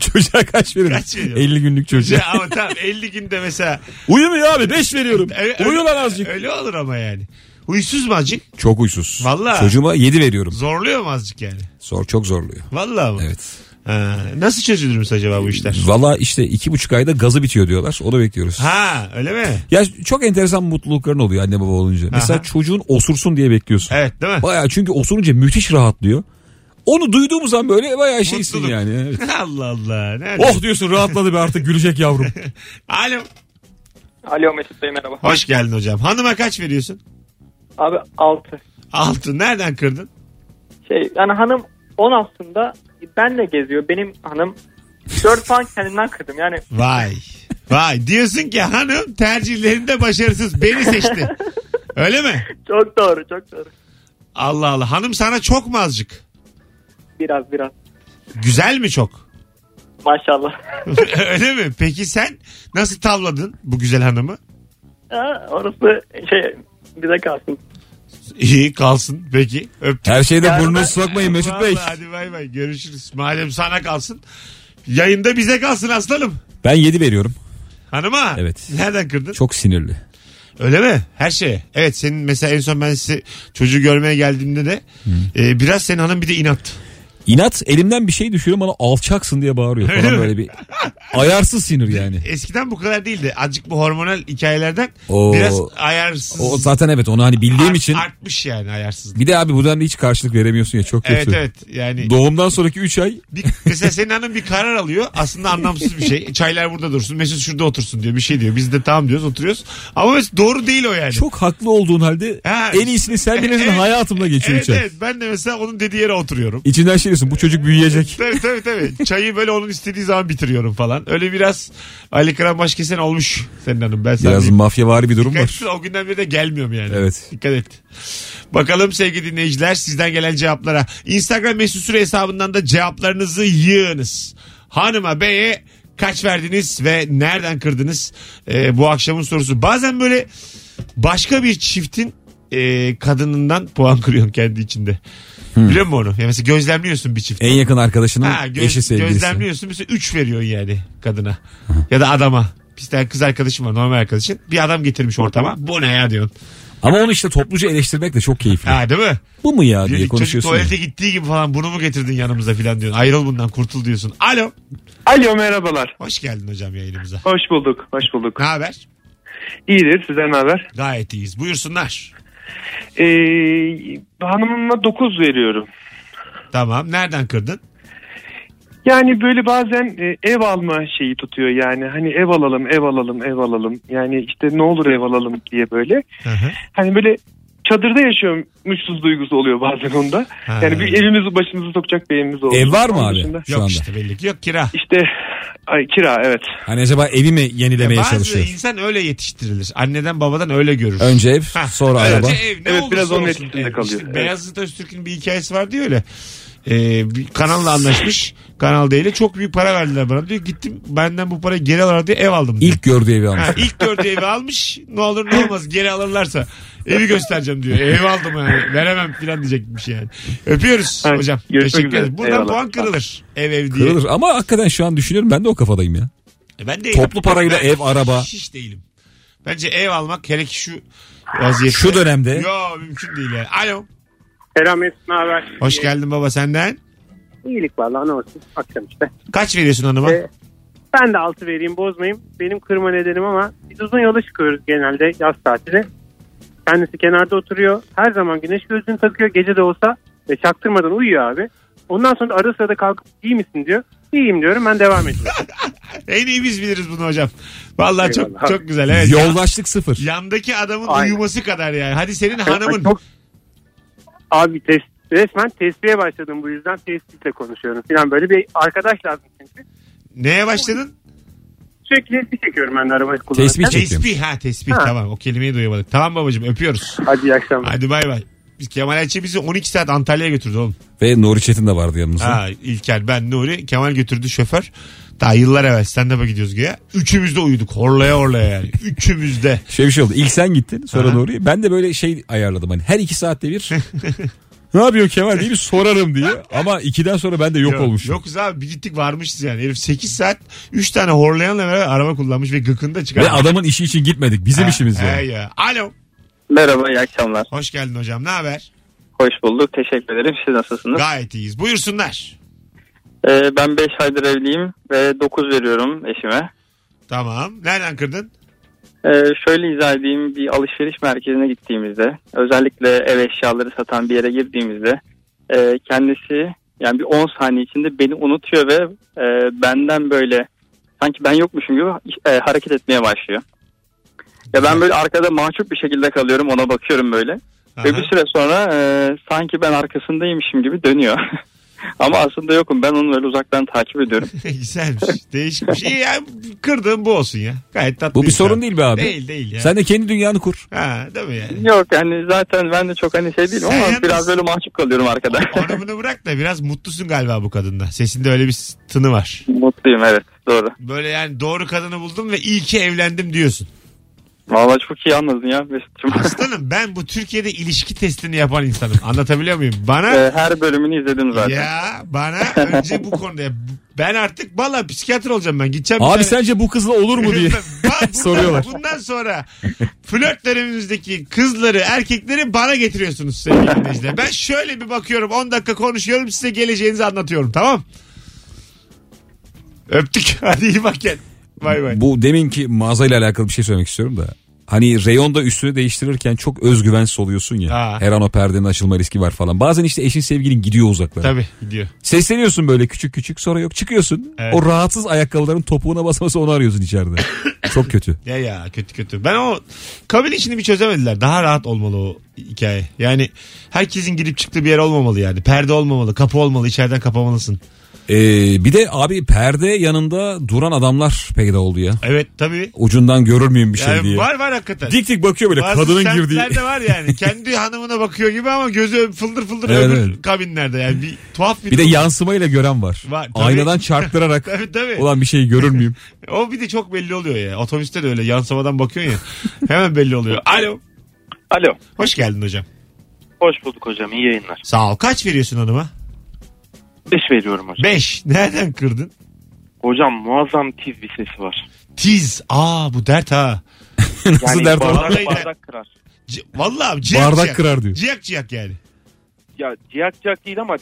S3: Çocuğa kaç veriyorum?
S2: Kaç veriyorum?
S3: 50 günlük çocuğa.
S2: Ya ama tamam 50 günde mesela.
S3: Uyumuyor abi 5 veriyorum.
S2: Ö- ö-
S3: Uyu lan azıcık.
S2: Öyle olur ama yani. Huysuz mu azıcık?
S3: Çok uysuz.
S2: Vallahi.
S3: Çocuğuma 7 veriyorum.
S2: Zorluyor mu azıcık yani?
S3: Zor çok zorluyor.
S2: Vallahi mı?
S3: Evet.
S2: Ha, nasıl çözülürmüş acaba bu işler?
S3: Valla işte iki buçuk ayda gazı bitiyor diyorlar. Onu bekliyoruz.
S2: Ha öyle mi?
S3: Ya çok enteresan mutlulukların oluyor anne baba olunca. Mesela çocuğun osursun diye bekliyorsun.
S2: Evet değil mi?
S3: Baya çünkü osurunca müthiş rahatlıyor. Onu duyduğumuz an böyle baya şeysin
S2: Mutluluk.
S3: yani. evet.
S2: Allah Allah. Nerede?
S3: Oh diyorsun rahatladı be artık gülecek yavrum.
S2: Alo.
S9: Alo Mesut Bey merhaba.
S2: Hoş geldin hocam. Hanıma kaç veriyorsun?
S9: Abi 6.
S2: Altı. Nereden kırdın?
S9: Şey yani hanım 10 aslında benle geziyor. Benim hanım 4 puan kendimden kırdım. Yani
S2: Vay. Vay. Diyorsun ki hanım tercihlerinde başarısız. Beni seçti. Öyle mi?
S9: çok doğru çok doğru.
S2: Allah Allah. Hanım sana çok mu azıcık?
S9: Biraz biraz.
S2: Güzel mi çok?
S9: Maşallah.
S2: Öyle mi? Peki sen nasıl tavladın bu güzel hanımı?
S9: Ha, Orası şey bize kalsın.
S2: İyi kalsın. Peki. Öptük.
S3: Her şeyde burnunuzu sokmayın Mesut
S2: Vallahi
S3: Bey.
S2: Hadi bay bay. Görüşürüz. Madem sana kalsın. Yayında bize kalsın aslanım.
S3: Ben 7 veriyorum.
S2: Hanıma.
S3: Evet.
S2: Nereden kırdın?
S3: Çok sinirli.
S2: Öyle mi? Her şeye. Evet senin mesela en son ben size çocuğu görmeye geldiğimde de e, biraz senin hanım bir de inat.
S3: İnat elimden bir şey düşüyor bana alçaksın diye bağırıyor
S2: Öyle
S3: falan
S2: mi?
S3: böyle bir ayarsız sinir yani.
S2: Eskiden bu kadar değildi. Azıcık bu hormonal hikayelerden
S3: Oo.
S2: biraz ayarsız.
S3: O zaten evet onu hani bildiğim
S2: art-
S3: için
S2: Artmış yani ayarsızlık.
S3: bir de abi buradan hiç karşılık veremiyorsun ya çok kötü.
S2: Evet evet yani
S3: Doğumdan sonraki 3 ay
S2: bir, mesela senin hanım bir karar alıyor aslında anlamsız bir şey çaylar burada dursun Mesut şurada otursun diyor bir şey diyor biz de tamam diyoruz oturuyoruz ama Mesut doğru değil o yani.
S3: çok haklı olduğun halde
S2: Ha.
S3: en iyisini sen bilirsin
S2: Evet.
S3: hayatımda geçiyor
S2: evet
S3: üç ay.
S2: evet ben de mesela onun dediği yere oturuyorum.
S3: İçinden şey diyorsun bu çocuk büyüyecek.
S2: tabii tabii tabii. Çayı böyle onun istediği zaman bitiriyorum falan. Öyle biraz Ali Kıran başkesen olmuş senin hanım. Ben sana
S3: Biraz
S2: diyeyim.
S3: mafyavari bir durum
S2: Dikkat
S3: var.
S2: etsin, o günden beri de gelmiyorum yani.
S3: Evet.
S2: Dikkat et. Bakalım sevgili dinleyiciler sizden gelen cevaplara. Instagram mesut süre hesabından da cevaplarınızı yığınız. Hanıma beye kaç verdiniz ve nereden kırdınız Ee, bu akşamın sorusu. Bazen böyle başka bir çiftin e, kadınından puan kırıyorsun kendi içinde.
S3: Hmm.
S2: Biliyor musun onu? Ya mesela gözlemliyorsun bir çifti.
S3: En yakın arkadaşının
S2: Ha, göz-
S3: eşi sevgilisi.
S2: Gözlemliyorsun mesela 3 veriyorsun yani kadına ya da adama. Bir tane kız arkadaşım var normal arkadaşın. Bir adam getirmiş ortama. Bu ne ya diyorsun.
S3: Ama onu işte topluca eleştirmek de çok keyifli.
S2: Ha değil mi?
S3: Bu mu ya diye
S2: Çocuk
S3: konuşuyorsun.
S2: tuvalete gittiği gibi falan bunu mu getirdin yanımıza falan diyorsun. Ayrıl bundan kurtul diyorsun. Alo.
S8: Alo merhabalar.
S2: Hoş geldin hocam yayınımıza.
S8: Hoş bulduk, hoş bulduk.
S2: Ne haber?
S8: İyidir, sizden ne haber?
S2: Gayet iyiyiz. Buyursunlar.
S8: Ee, hanımıma 9 veriyorum.
S2: Tamam. Nereden kırdın?
S8: Yani böyle bazen e, ev alma şeyi tutuyor yani. Hani ev alalım, ev alalım, ev alalım. Yani işte ne olur ev alalım diye böyle.
S2: Hı hı.
S8: Hani böyle çadırda yaşıyormuşuz duygusu oluyor bazen onda.
S2: Ha.
S8: Yani bir evimizi başımızı sokacak bir evimiz oluyor.
S3: Ev var mı
S8: Onun
S3: abi
S8: dışında-
S3: şu
S2: Yok
S3: anda?
S2: işte belli ki yok kira.
S8: İşte ay, kira evet.
S3: Hani acaba evi mi yenilemeye
S2: Bazı
S3: çalışıyor?
S2: insan öyle yetiştirilir. Anneden babadan öyle görür.
S3: Önce ev
S2: Ha,
S3: sonra
S2: önce
S3: araba.
S2: ev, ne
S8: Evet,
S2: olursa
S8: biraz onun
S2: olsun
S8: etkisinde
S2: ev.
S8: kalıyor. Evet.
S2: Beyazıt Öztürk'ün bir hikayesi var diyor öyle. Ee, bir kanalla anlaşmış. Kanal değil çok büyük para verdiler bana diyor. Gittim benden bu parayı geri alırlar diye ev aldım diyor.
S3: İlk gördüğü evi almış.
S2: Ha, ilk gördüğü evi almış. Ne olur ne olmaz geri alırlarsa. Evi göstereceğim diyor. Ev aldım yani. Veremem falan diyecekmiş şey yani. Öpüyoruz
S8: Evet,
S2: hocam.
S8: görüşmek
S2: Teşekkür
S8: üzere.
S2: ederiz. Buradan
S8: Eyvallah.
S2: puan kırılır. Ev ev diye.
S3: Kırılır ama hakikaten şu an düşünüyorum ben de o kafadayım ya.
S2: E Ben de
S3: Toplu parayla ev, araba.
S2: Hiç değilim. Bence ev almak hele ki şu vaziyette.
S3: Şu dönemde
S2: Yo mümkün değil yani. Alo.
S4: Selam Mesut ne haber?
S2: Hoş geldin baba senden.
S4: İyilik valla ne olsun akşam işte.
S2: Kaç veriyorsun hanıma?
S4: Ee, Ben de altı vereyim bozmayayım. Benim kırma nedenim ama biz uzun yola çıkıyoruz genelde yaz tatili. Kendisi kenarda oturuyor. Her zaman güneş gözlüğünü takıyor. Gece de olsa e, çaktırmadan uyuyor abi. Ondan sonra da ara sırada kalkıp iyi misin diyor. İyiyim diyorum ben devam ediyorum.
S2: En iyi biz biliriz bunu hocam. Vallahi çok
S4: Eyvallah.
S2: çok güzel. Evet.
S3: yoldaşlık sıfır.
S2: Yandaki adamın
S4: Aynen.
S2: uyuması kadar yani. Hadi senin hanımın.
S4: Çok- Abi tes- resmen tesbihe başladım bu yüzden tesbihle konuşuyorum falan böyle bir arkadaş lazım çünkü.
S2: Neye başladın?
S4: Sürekli tespih çekiyorum ben de arabayı kullanırken.
S3: Tespih çektim.
S2: Tespih ha tespih tamam o kelimeyi duyamadık. Tamam babacığım öpüyoruz.
S4: Hadi iyi akşamlar.
S2: Hadi bay bay. Biz Kemal Elçi bizi 12 saat Antalya'ya götürdü oğlum.
S3: Ve Nuri Çetin de vardı yanımızda.
S2: Ha, İlker ben Nuri Kemal götürdü şoför. Daha yıllar evvel stand up'a gidiyoruz güya. Üçümüz de uyuduk horlaya horlaya yani. Üçümüz de.
S3: Şey bir şey oldu. İlk sen gittin sonra
S2: Aha.
S3: Nuri. Ben de böyle şey ayarladım hani her iki saatte bir ne yapıyor Kemal diye bir sorarım diye. Ama ikiden sonra ben de yok, olmuşum.
S2: Yokuz abi bir gittik varmışız yani. Herif 8 saat 3 tane horlayanla beraber araba kullanmış ve gıkını da
S3: Ve
S2: çıkarmış.
S3: adamın işi için gitmedik. Bizim
S2: Ha,
S3: işimiz
S2: ha
S3: yani.
S2: ya. Alo.
S8: Merhaba iyi akşamlar.
S2: Hoş geldin hocam ne haber?
S8: Hoş bulduk. Teşekkür ederim. Siz nasılsınız?
S2: Gayet iyiyiz. Buyursunlar.
S8: Ee, ben 5 aydır evliyim ve 9 veriyorum eşime.
S2: Tamam. Nereden kırdın?
S8: Ee, şöyle izah edeyim. Bir alışveriş merkezine gittiğimizde özellikle ev eşyaları satan bir yere girdiğimizde e, kendisi yani bir 10 saniye içinde beni unutuyor ve e, benden böyle sanki ben yokmuşum gibi e, hareket etmeye başlıyor. Ya ben böyle arkada mahcup bir şekilde kalıyorum ona bakıyorum böyle.
S2: Aha.
S8: Ve bir süre sonra e, sanki ben arkasındaymışım gibi dönüyor. Ama aslında yokum. Ben onu böyle uzaktan takip ediyorum.
S2: Güzelmiş. Değişikmiş. İyi ya kırdığım bu olsun ya. Gayet tatlı.
S3: Bu bir
S2: insan.
S3: sorun değil be abi.
S2: Değil değil ya.
S3: Sen de kendi dünyanı kur.
S2: Ha değil mi yani?
S8: Yok yani zaten ben de çok hani şey değilim
S2: Sen
S8: ama
S2: yalnız-
S8: biraz böyle mahcup kalıyorum arkada.
S2: Onu bunu bırak da biraz mutlusun galiba bu kadında. Sesinde öyle bir tını var.
S8: Mutluyum evet doğru.
S2: Böyle yani doğru kadını buldum ve iyi ki evlendim diyorsun.
S8: Vallahi çok iyi anladın ya Mesut'cum.
S2: Aslanım ben bu Türkiye'de ilişki testini yapan insanım. Anlatabiliyor muyum? Bana
S8: Ee, Her bölümünü izledim zaten.
S2: ya bana önce bu konuda ya, ben artık valla psikiyatr olacağım ben. Gideceğim bir
S3: Abi
S2: tane-
S3: sence bu kızla olur mu diye.
S2: Ben- bundan-
S3: soruyorlar.
S2: Bundan sonra flört dönemimizdeki kızları, erkekleri bana getiriyorsunuz sevgili dinleyiciler. Ben şöyle bir bakıyorum 10 dakika konuşuyorum size geleceğinizi anlatıyorum tamam Öptük. Hadi iyi bak kendine. Bay bay.
S3: Bu deminki mağazayla alakalı bir şey söylemek istiyorum da. Hani reyonda üstünü değiştirirken çok özgüvensiz oluyorsun ya.
S2: Ha.
S3: Her an o perdenin açılma riski var falan. Bazen işte eşin sevgilin gidiyor uzaklara.
S2: Tabii gidiyor.
S3: Sesleniyorsun böyle küçük küçük sonra yok çıkıyorsun.
S2: Evet.
S3: O rahatsız ayakkabıların topuğuna basması onu arıyorsun içeride. çok kötü.
S2: Ya ya kötü kötü. Ben o kabin işini bir çözemediler. Daha rahat olmalı o hikaye. Yani herkesin girip çıktığı bir yer olmamalı yani. Perde olmamalı, kapı olmalı, içeriden kapamalısın.
S3: Ee, bir de abi perde yanında duran adamlar peyda oldu ya.
S2: Evet tabii.
S3: Ucundan görür müyüm bir şey
S2: Yani
S3: diye.
S2: var var hakikaten.
S3: Dik dik bakıyor böyle
S2: Bazı
S3: kadının
S2: semtlerde
S3: girdiği.
S2: var yani. Kendi hanımına bakıyor gibi ama gözü fıldır fıldır
S3: Evet,
S2: öbür
S3: evet.
S2: kabinlerde. Yani bir tuhaf bir...
S3: Bir de yansımayla gören var.
S2: Var, tabii.
S3: Aynadan çarptırarak.
S2: Tabii, tabii.
S3: Ulan bir şey görür müyüm?
S2: O bir de çok belli oluyor ya. Otobüste de öyle yansımadan bakıyorsun ya. Hemen belli oluyor. Alo.
S8: Alo.
S2: Hoş geldin hocam.
S8: Hoş bulduk hocam. iyi yayınlar.
S2: Sağ ol. Kaç veriyorsun hanıma?
S8: 5 veriyorum hocam.
S2: Beş. Nereden kırdın?
S8: Hocam muazzam tiz bir sesi var.
S2: Tiz. Aa bu dert ha.
S3: Nasıl dert o?
S2: Vallahi de-
S8: kırar.
S2: C- Vallahi abi, ciyak
S3: Bardak
S2: ciyak.
S3: kırar diyor.
S2: Ciyak ciyak yani.
S8: Ya ciyak ciyak değil ama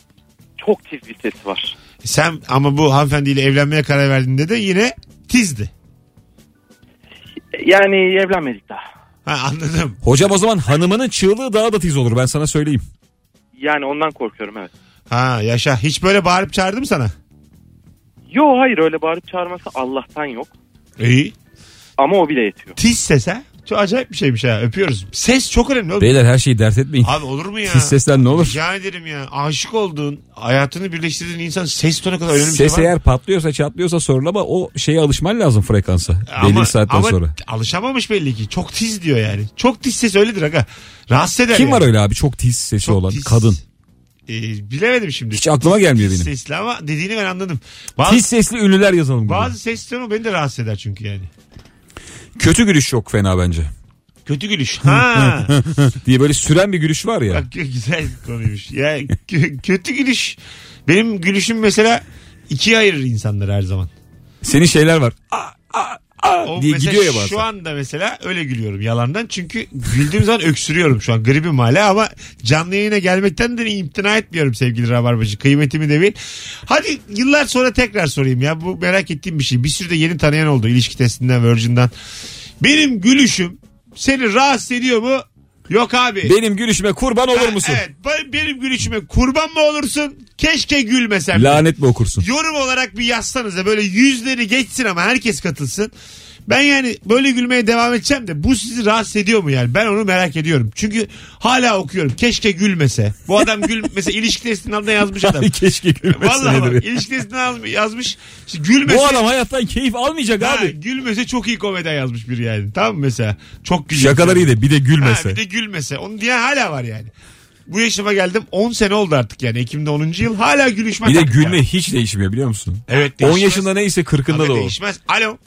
S8: çok tiz bir sesi var.
S2: Sen ama bu hanımefendiyle evlenmeye karar verdiğinde de yine tizdi.
S8: E, Yani evlenmedik daha.
S2: Ha anladım.
S3: Hocam o zaman hanımının çığlığı daha da tiz olur ben sana söyleyeyim.
S8: Yani ondan korkuyorum evet.
S2: Ha yaşa. Hiç böyle bağırıp çağırdı mı sana?
S8: Yo hayır öyle bağırıp çağırması Allah'tan yok.
S2: İyi.
S8: Ama o bile yetiyor.
S2: Tiz ses ha. Çok acayip bir şeymiş ha. Öpüyoruz. Ses çok önemli oğlum.
S3: Beyler her şeyi dert etmeyin.
S2: Abi olur mu ya?
S3: Tiz sesten ne olur?
S2: Rica ederim ya. Aşık olduğun, hayatını birleştirdiğin insan ses tonu kadar önemli bir
S3: Ses
S2: şey var. mı?
S3: eğer patlıyorsa çatlıyorsa sorun ama o şeye alışman lazım frekansa. Belli bir saatten
S2: ama
S3: sonra.
S2: alışamamış belli ki. Çok tiz diyor yani. Çok tiz ses öyledir aga. Rahatsız eder
S3: Kim
S2: yani.
S3: var öyle abi çok tiz sesi
S2: Çok
S3: olan
S2: tiz.
S3: kadın?
S2: Ee, bilemedim şimdi.
S3: Hiç aklıma gelmiyor
S2: Tiz
S3: benim.
S2: Sesli ama dediğini ben anladım. Bazı,
S3: Tiz sesli ünlüler yazalım. bugün.
S2: bazı ses tonu beni de rahatsız eder çünkü yani.
S3: Kötü gülüş çok fena bence.
S2: Kötü gülüş. Ha.
S3: Diye böyle süren bir gülüş var ya.
S2: Bak güzel konuymuş. Ya kö- kötü gülüş. Benim gülüşüm mesela ikiye ayırır insanları her zaman.
S3: Senin şeyler var. Aa, aa, aa
S2: O
S3: diye
S2: mesela
S3: gidiyor ya bazen.
S2: Şu anda mesela öyle gülüyorum yalandan. Çünkü güldüğüm zaman öksürüyorum şu an. Gripim hala ama canlı yayına gelmekten de imtina etmiyorum sevgili Rabarbacı. Kıymetimi de bil. Hadi yıllar sonra tekrar sorayım ya. Bu merak ettiğim bir şey. Bir sürü de yeni tanıyan oldu. ilişki testinden, Virgin'den. Benim gülüşüm seni rahatsız ediyor mu? Yok abi.
S3: Benim gülüşüme kurban olur musun?
S2: Evet. ben- Benim gülüşüme kurban mı olursun? Keşke gülmesem.
S3: Lanet mi okursun?
S2: Yorum olarak bir yazsanıza böyle yüzleri geçsin ama herkes katılsın. Ben yani böyle gülmeye devam edeceğim de bu sizi rahatsız ediyor mu yani? Ben onu merak ediyorum. Çünkü hala okuyorum. Keşke gülmese. Bu adam gül mesela ilişki testinin adına yazmış adam.
S3: Keşke gülmese
S2: Vallahi bak,
S3: nedir? ya?
S2: ilişki testinin adına yazmış. İşte gülmese.
S3: Bu adam hayattan keyif almayacak
S2: Ha,
S3: abi.
S2: gülmese çok iyi komedyen yazmış biri yani. Tamam mı mesela? Çok gülüyor.
S3: Şakalar iyi de bir de gülmese.
S2: şey Ha, bir de gülmese. Onu diye hala var yani. Bu yaşıma geldim 10 sene oldu artık yani. Ekim'de 10. yıl. Hala gülüşmek.
S3: Bir de
S2: yok
S3: gülme
S2: ya.
S3: hiç değişmiyor biliyor musun?
S2: Evet
S3: 10
S2: değişmez.
S3: yaşında neyse 40'ında
S2: Tabii
S3: da o.
S2: değişmez. Alo.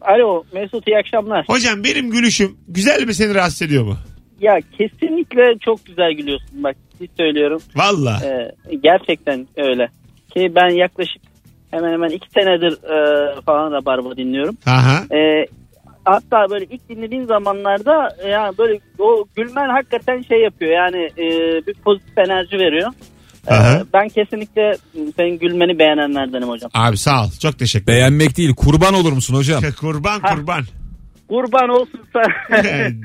S7: Alo Mesut iyi akşamlar.
S2: Hocam benim gülüşüm güzel mi seni rahatsız ediyor mu?
S7: Ya kesinlikle çok güzel gülüyorsun bak siz söylüyorum.
S2: Valla.
S7: Ee, gerçekten öyle. Ki ben yaklaşık hemen hemen iki senedir e, falan Rabarba dinliyorum.
S2: Aha.
S7: Ee, hatta böyle ilk dinlediğim zamanlarda e, yani böyle o gülmen hakikaten şey yapıyor yani e, bir pozitif enerji veriyor. Ee,
S2: Aha.
S7: ben kesinlikle m, senin gülmeni beğenenlerdenim hocam.
S2: Abi sağ ol. Çok teşekkür ederim.
S3: Beğenmek değil kurban olur musun hocam?
S2: Kurban kurban.
S7: Kurban olsun sen.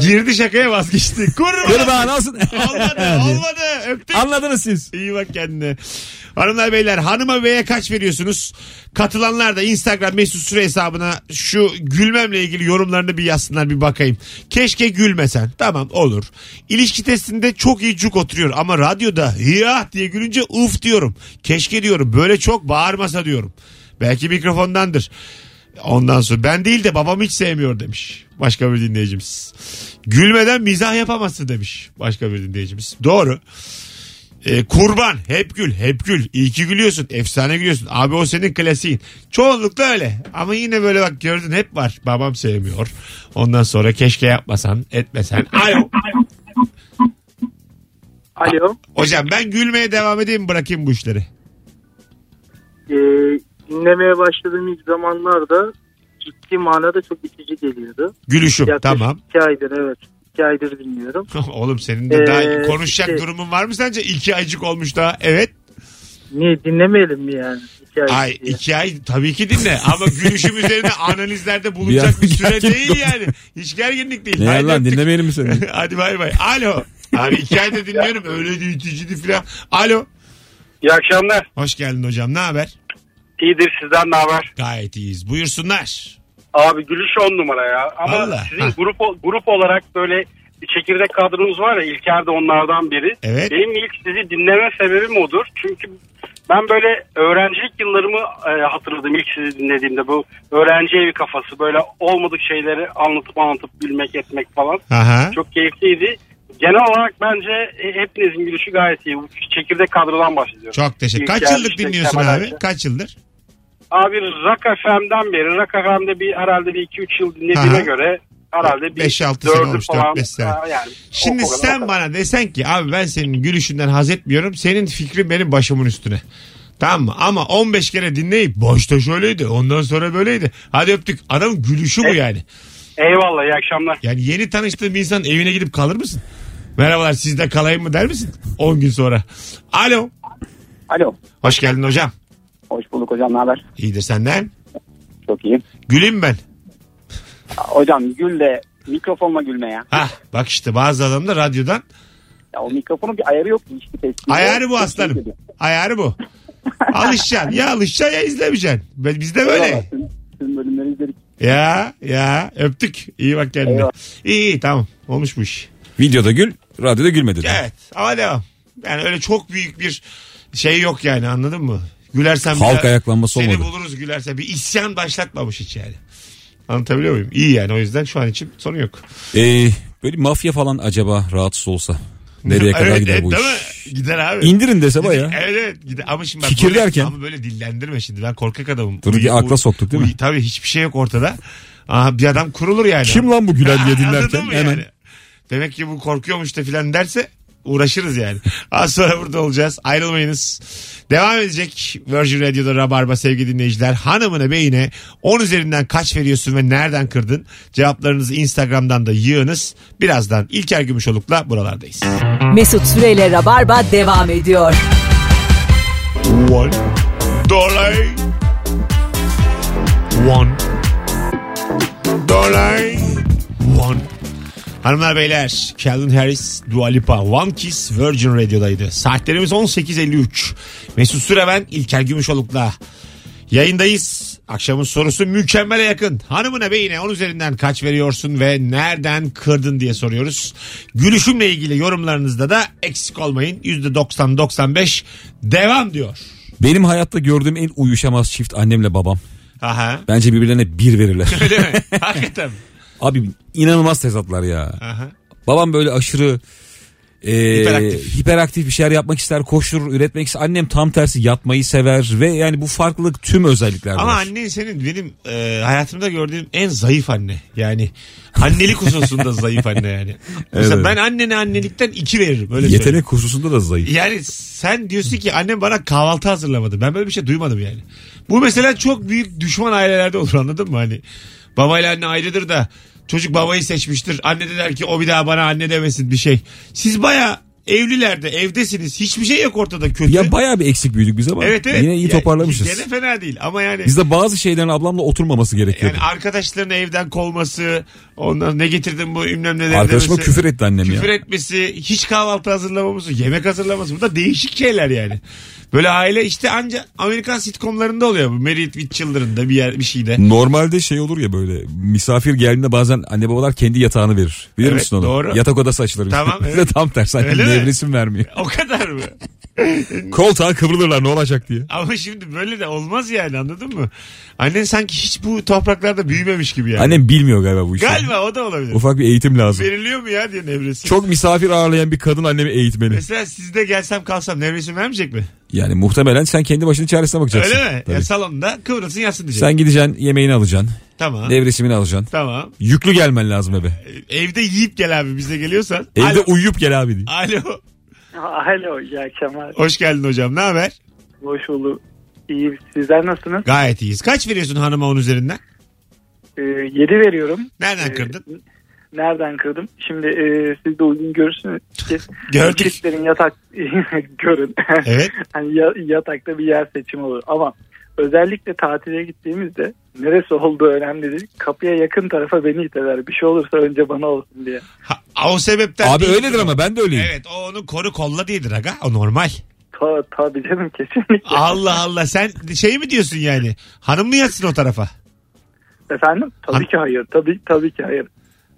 S2: Girdi şakaya vazgeçti. Kurban.
S3: kurban olsun.
S2: olmadı olmadı. Öptük.
S3: Anladınız siz.
S2: İyi bak kendine. Hanımlar beyler hanıma beye kaç veriyorsunuz? Katılanlar da Instagram mesut süre hesabına şu gülmemle ilgili yorumlarını bir yazsınlar bir bakayım. Keşke gülmesen. Tamam olur. İlişki testinde çok iyi cuk oturuyor ama radyoda hiyah diye gülünce uf diyorum. Keşke diyorum böyle çok bağırmasa diyorum. Belki mikrofondandır. Ondan sonra ben değil de babam hiç sevmiyor demiş. Başka bir dinleyicimiz. Gülmeden mizah yapamazsın demiş. Başka bir dinleyicimiz. Doğru. E, kurban hep gül hep gül iyi ki gülüyorsun efsane gülüyorsun abi o senin klasiğin çoğunlukla öyle ama yine böyle bak gördün hep var babam sevmiyor ondan sonra keşke yapmasan etmesen alo
S5: Alo.
S2: hocam ben gülmeye devam edeyim mi, bırakayım bu işleri
S5: Ee, dinlemeye başladığım ilk zamanlarda ciddi manada çok itici geliyordu.
S2: gülüşüm
S5: Yaklaşık
S2: tamam
S5: iki aydır evet. İki aydır dinliyorum.
S2: oğlum senin de
S5: Ee,
S2: daha konuşacak
S5: işte-
S2: durumun var mı sence iki aycık olmuş daha evet
S5: Niye dinlemeyelim mi yani? İki ay.
S2: ay iki ay tabii ki dinle ama gülüşüm üzerine analizlerde
S3: an
S2: bulunacak bir süre
S3: gerginlik
S2: değil
S3: oldu.
S2: yani hiç gerginlik değil
S3: Ne
S2: Haydi
S3: lan
S2: öptük.
S3: dinlemeyelim mi seni?
S2: Hadi bay bay. Alo. Abi iki ayda dinliyorum. Öyle de iticidi filan. Alo.
S5: İyi akşamlar.
S2: Hoş geldin hocam. Ne haber?
S5: İyidir sizden ne haber?
S2: Gayet iyiyiz. Buyursunlar.
S5: Abi gülüş on numara ya. Ama
S2: Vallahi.
S5: sizin
S2: Ha.
S5: grup o- grup olarak böyle bir çekirdek kadronuz var ya İlker de onlardan biri.
S2: Evet.
S5: Benim ilk sizi dinleme sebebim odur. Çünkü ben böyle öğrencilik yıllarımı e, hatırladım ilk sizi dinlediğimde. Bu öğrenci evi kafası böyle olmadık şeyleri anlatıp anlatıp gülmek etmek falan.
S2: Aha.
S5: Çok keyifliydi. Genel olarak bence e, hepinizin gülüşü gayet iyi. Bu Çekirdek kadrodan bahsediyorum.
S2: Çok teşekkür.
S5: İlker,
S2: Kaç yıllık
S5: işte
S2: dinliyorsun
S5: Kemal
S2: abi?
S5: Ayça.
S2: Kaç yıldır?
S5: Abi Rock FM'den beri Rock FM'de bir herhalde bir 2-3 yıl dinlediğime
S2: Aha.
S5: göre herhalde bir
S2: Beş, altı sene
S5: dördü
S2: olmuş,
S5: falan,
S2: dört, beş sene.
S5: ha, Yani,
S2: Şimdi
S5: o- o kadar.
S2: sen bana desen ki abi ben senin gülüşünden haz etmiyorum. Senin fikrin benim başımın üstüne. Tamam mı? Ama 15 kere dinleyip başta şöyleydi ondan sonra böyleydi. Hadi öptük. Adam gülüşü bu yani.
S5: Eyvallah iyi akşamlar.
S2: Yani yeni tanıştığın bir insan evine gidip kalır mısın? Merhabalar sizde kalayım mı der misin? 10 gün sonra. Alo.
S7: Alo
S2: Hoş geldin hocam.
S7: hoş bulduk hocam ne haber?
S2: İyidir senden.
S7: Çok iyi.
S2: Güleyim ben.
S7: Hocam gül de mikrofonla gülme ya.
S2: Ha bak işte bazı adam da radyodan.
S7: Ya o mikrofonun bir ayarı yok ilişki testinde.
S2: Ayarı bu
S7: Çok
S2: aslanım.
S7: iyi geliyor.
S2: Ayarı bu. Alışacaksın. Ya alışacaksın ya izlemeyeceksin. Ben- Bizde böyle.
S7: Eyvallah, tüm- Tüm bölümleri izledik.
S2: Ya ya öptük. İyi bak kendine.
S7: Eyvallah.
S2: İyi iyi tamam. Olmuş bu iş.
S3: Videoda gül, radyoda gülme dedi.
S2: Evet ama devam. Yani öyle çok büyük bir şey yok yani anladın mı? Gülersen bir
S3: Halk
S2: daha-
S3: ayaklanması
S2: Seni
S3: olmadı.
S2: buluruz gülerse bir isyan başlatmamış hiç yani. Anlatabiliyor muyum? İyi yani o yüzden şu an için sorun yok.
S3: Ee, böyle mafya falan acaba rahatsız olsa nereye kadar
S2: Evet,
S3: gider
S2: evet,
S3: bu iş?
S2: değil mi? Gider abi.
S3: İndirin dese
S2: Evet,
S3: baya.
S2: Evet gider. ama şimdi bak
S3: Kikir
S2: böyle,
S3: derken.
S2: ama böyle dillendirme şimdi ben korkak adamım.
S3: Dur,
S2: Uy-
S3: bir akla
S2: uy-
S3: soktuk değil mi?
S2: uy- Tabii hiçbir şey yok ortada. Aha, bir adam kurulur yani.
S3: Kim lan bu gülen
S2: Anladın
S3: diye dinlerken
S2: mı
S3: hemen.
S2: yani? Demek ki bu korkuyormuş da filan derse uğraşırız yani. Az sonra burada olacağız. Ayrılmayınız. Devam edecek Virgin Radio'da Rabarba sevgili dinleyiciler. Hanımına beyine 10 üzerinden kaç veriyorsun ve nereden kırdın? Cevaplarınızı Instagram'dan da yığınız. Birazdan İlker Gümüşoluk'la buralardayız.
S1: Mesut Süreyle Rabarba devam ediyor.
S2: One dollar. One dollar. One. Hanımlar beyler Calvin Harris, Dua Lipa, One Kiss Virgin Radio'daydı. Saatlerimiz 18.53. Mesut Süre ben İlker Gümüşoluk'la yayındayız. Akşamın sorusu mükemmele yakın. Hanımına beyine 10 üzerinden kaç veriyorsun ve nereden kırdın diye soruyoruz. Gülüşümle ilgili yorumlarınızda da eksik olmayın. %90-95 devam diyor.
S3: Benim hayatta gördüğüm en uyuşamaz çift annemle babam.
S2: Aha.
S3: Bence birbirlerine bir verirler.
S2: Öyle mi? Hakikaten.
S3: Abi inanılmaz tezatlar ya.
S2: Aha.
S3: Babam böyle aşırı e,
S2: Hiperaktif.
S3: hiperaktif bir şeyler yapmak ister, koşturur, üretmek ister. Annem tam tersi yatmayı sever ve yani bu farklılık tüm özelliklerde
S2: Ama
S3: var.
S2: annen senin benim e, hayatımda gördüğüm en zayıf anne. Yani annelik hususunda zayıf anne yani. Mesela
S3: Evet.
S2: ben annene annelikten iki veririm. Öyle söyleyeyim.
S3: Yetenek hususunda da zayıf.
S2: Yani sen diyorsun ki annem bana kahvaltı hazırlamadı. Ben böyle bir şey duymadım yani. Bu mesela çok büyük düşman ailelerde olur anladın mı? Hani babayla anne ayrıdır da çocuk babayı seçmiştir. Anne de der ki o bir daha bana anne demesin bir şey. Siz baya evlilerde evdesiniz. Hiçbir şey yok ortada kötü.
S3: Ya bayağı bir eksik büyüdük biz ama
S2: evet evet.
S3: yine iyi
S2: Ya,
S3: toparlamışız.
S2: Gene fena değil ama yani.
S3: Bizde bazı şeylerin ablamla oturmaması gerekiyordu.
S2: Yani arkadaşlarını evden kovması, ondan ne getirdin bu ümlem neler
S3: Arkadaşıma
S2: demesi,
S3: küfür etti annem
S2: küfür
S3: ya.
S2: etmesi, hiç kahvaltı hazırlamaması, yemek hazırlaması. Bu da değişik şeyler yani. Böyle aile işte anca Amerikan sitcomlarında oluyor bu. Married with Children'da bir yer bir şeyde.
S3: Normalde şey olur ya böyle misafir geldiğinde bazen anne babalar kendi yatağını verir. Bilir
S2: Evet,
S3: misin onu?
S2: doğru.
S3: Yatak odası açılır.
S2: Tamam,
S3: Bizde
S2: evet.
S3: tam tersi.
S2: Öyle
S3: Annem
S2: mi?
S3: nevresim vermiyor.
S2: O kadar mı?
S3: Koltuğa kıvrılırlar ne olacak diye.
S2: Ama şimdi böyle de olmaz yani anladın mı? Annen sanki hiç bu topraklarda büyümemiş gibi yani.
S3: Annem bilmiyor galiba bu işi.
S2: Galiba o da olabilir.
S3: Ufak bir eğitim lazım.
S2: Veriliyor mu ya diye nevresi.
S3: Çok misafir ağırlayan bir kadın annemi eğitmeli.
S2: Mesela sizde gelsem kalsam nevresim vermeyecek mi?
S3: Yani muhtemelen sen kendi başının çaresine bakacaksın.
S2: Öyle mi?
S3: Tabii.
S2: Ya salonda kıvrılsın yatsın diyecek.
S3: Sen gideceksin yemeğini alacaksın.
S2: Tamam.
S3: Devresimini alacaksın.
S2: Tamam.
S3: Yüklü gelmen lazım eve.
S2: Evde yiyip gel abi bize geliyorsan.
S3: Evde
S2: Alo.
S3: uyuyup gel abi diye.
S2: Alo.
S11: Alo iyi akşamlar.
S2: Hoş geldin hocam. Ne haber?
S11: Hoş bulduk. İyi sizler nasılsınız?
S2: Gayet iyiyiz. Kaç veriyorsun hanıma 10 üzerinden?
S11: 7 veriyorum.
S2: Nereden
S11: Ee,
S2: kırdın?
S11: Nereden kırdım? Şimdi e, siz de uygun görürsünüz. ki
S2: Gördük.
S11: Çiftlerin yatak görün.
S2: Evet.
S11: hani ya- yatakta bir yer seçimi olur. Ama özellikle tatile gittiğimizde neresi olduğu önemli değil. Kapıya yakın tarafa beni iter. Bir şey olursa önce bana olsun diye.
S2: Ha, o sebepten
S3: Abi
S2: değil.
S3: öyledir ama ben de öyleyim.
S2: Evet o onu koru kolla değildir aga. O normal.
S11: Ta, tabii canım kesinlikle.
S2: Allah Allah sen şey mi diyorsun yani? Hanım mı yatsın o tarafa?
S11: Efendim? Tabii ki hayır. Tabii tabii ki hayır.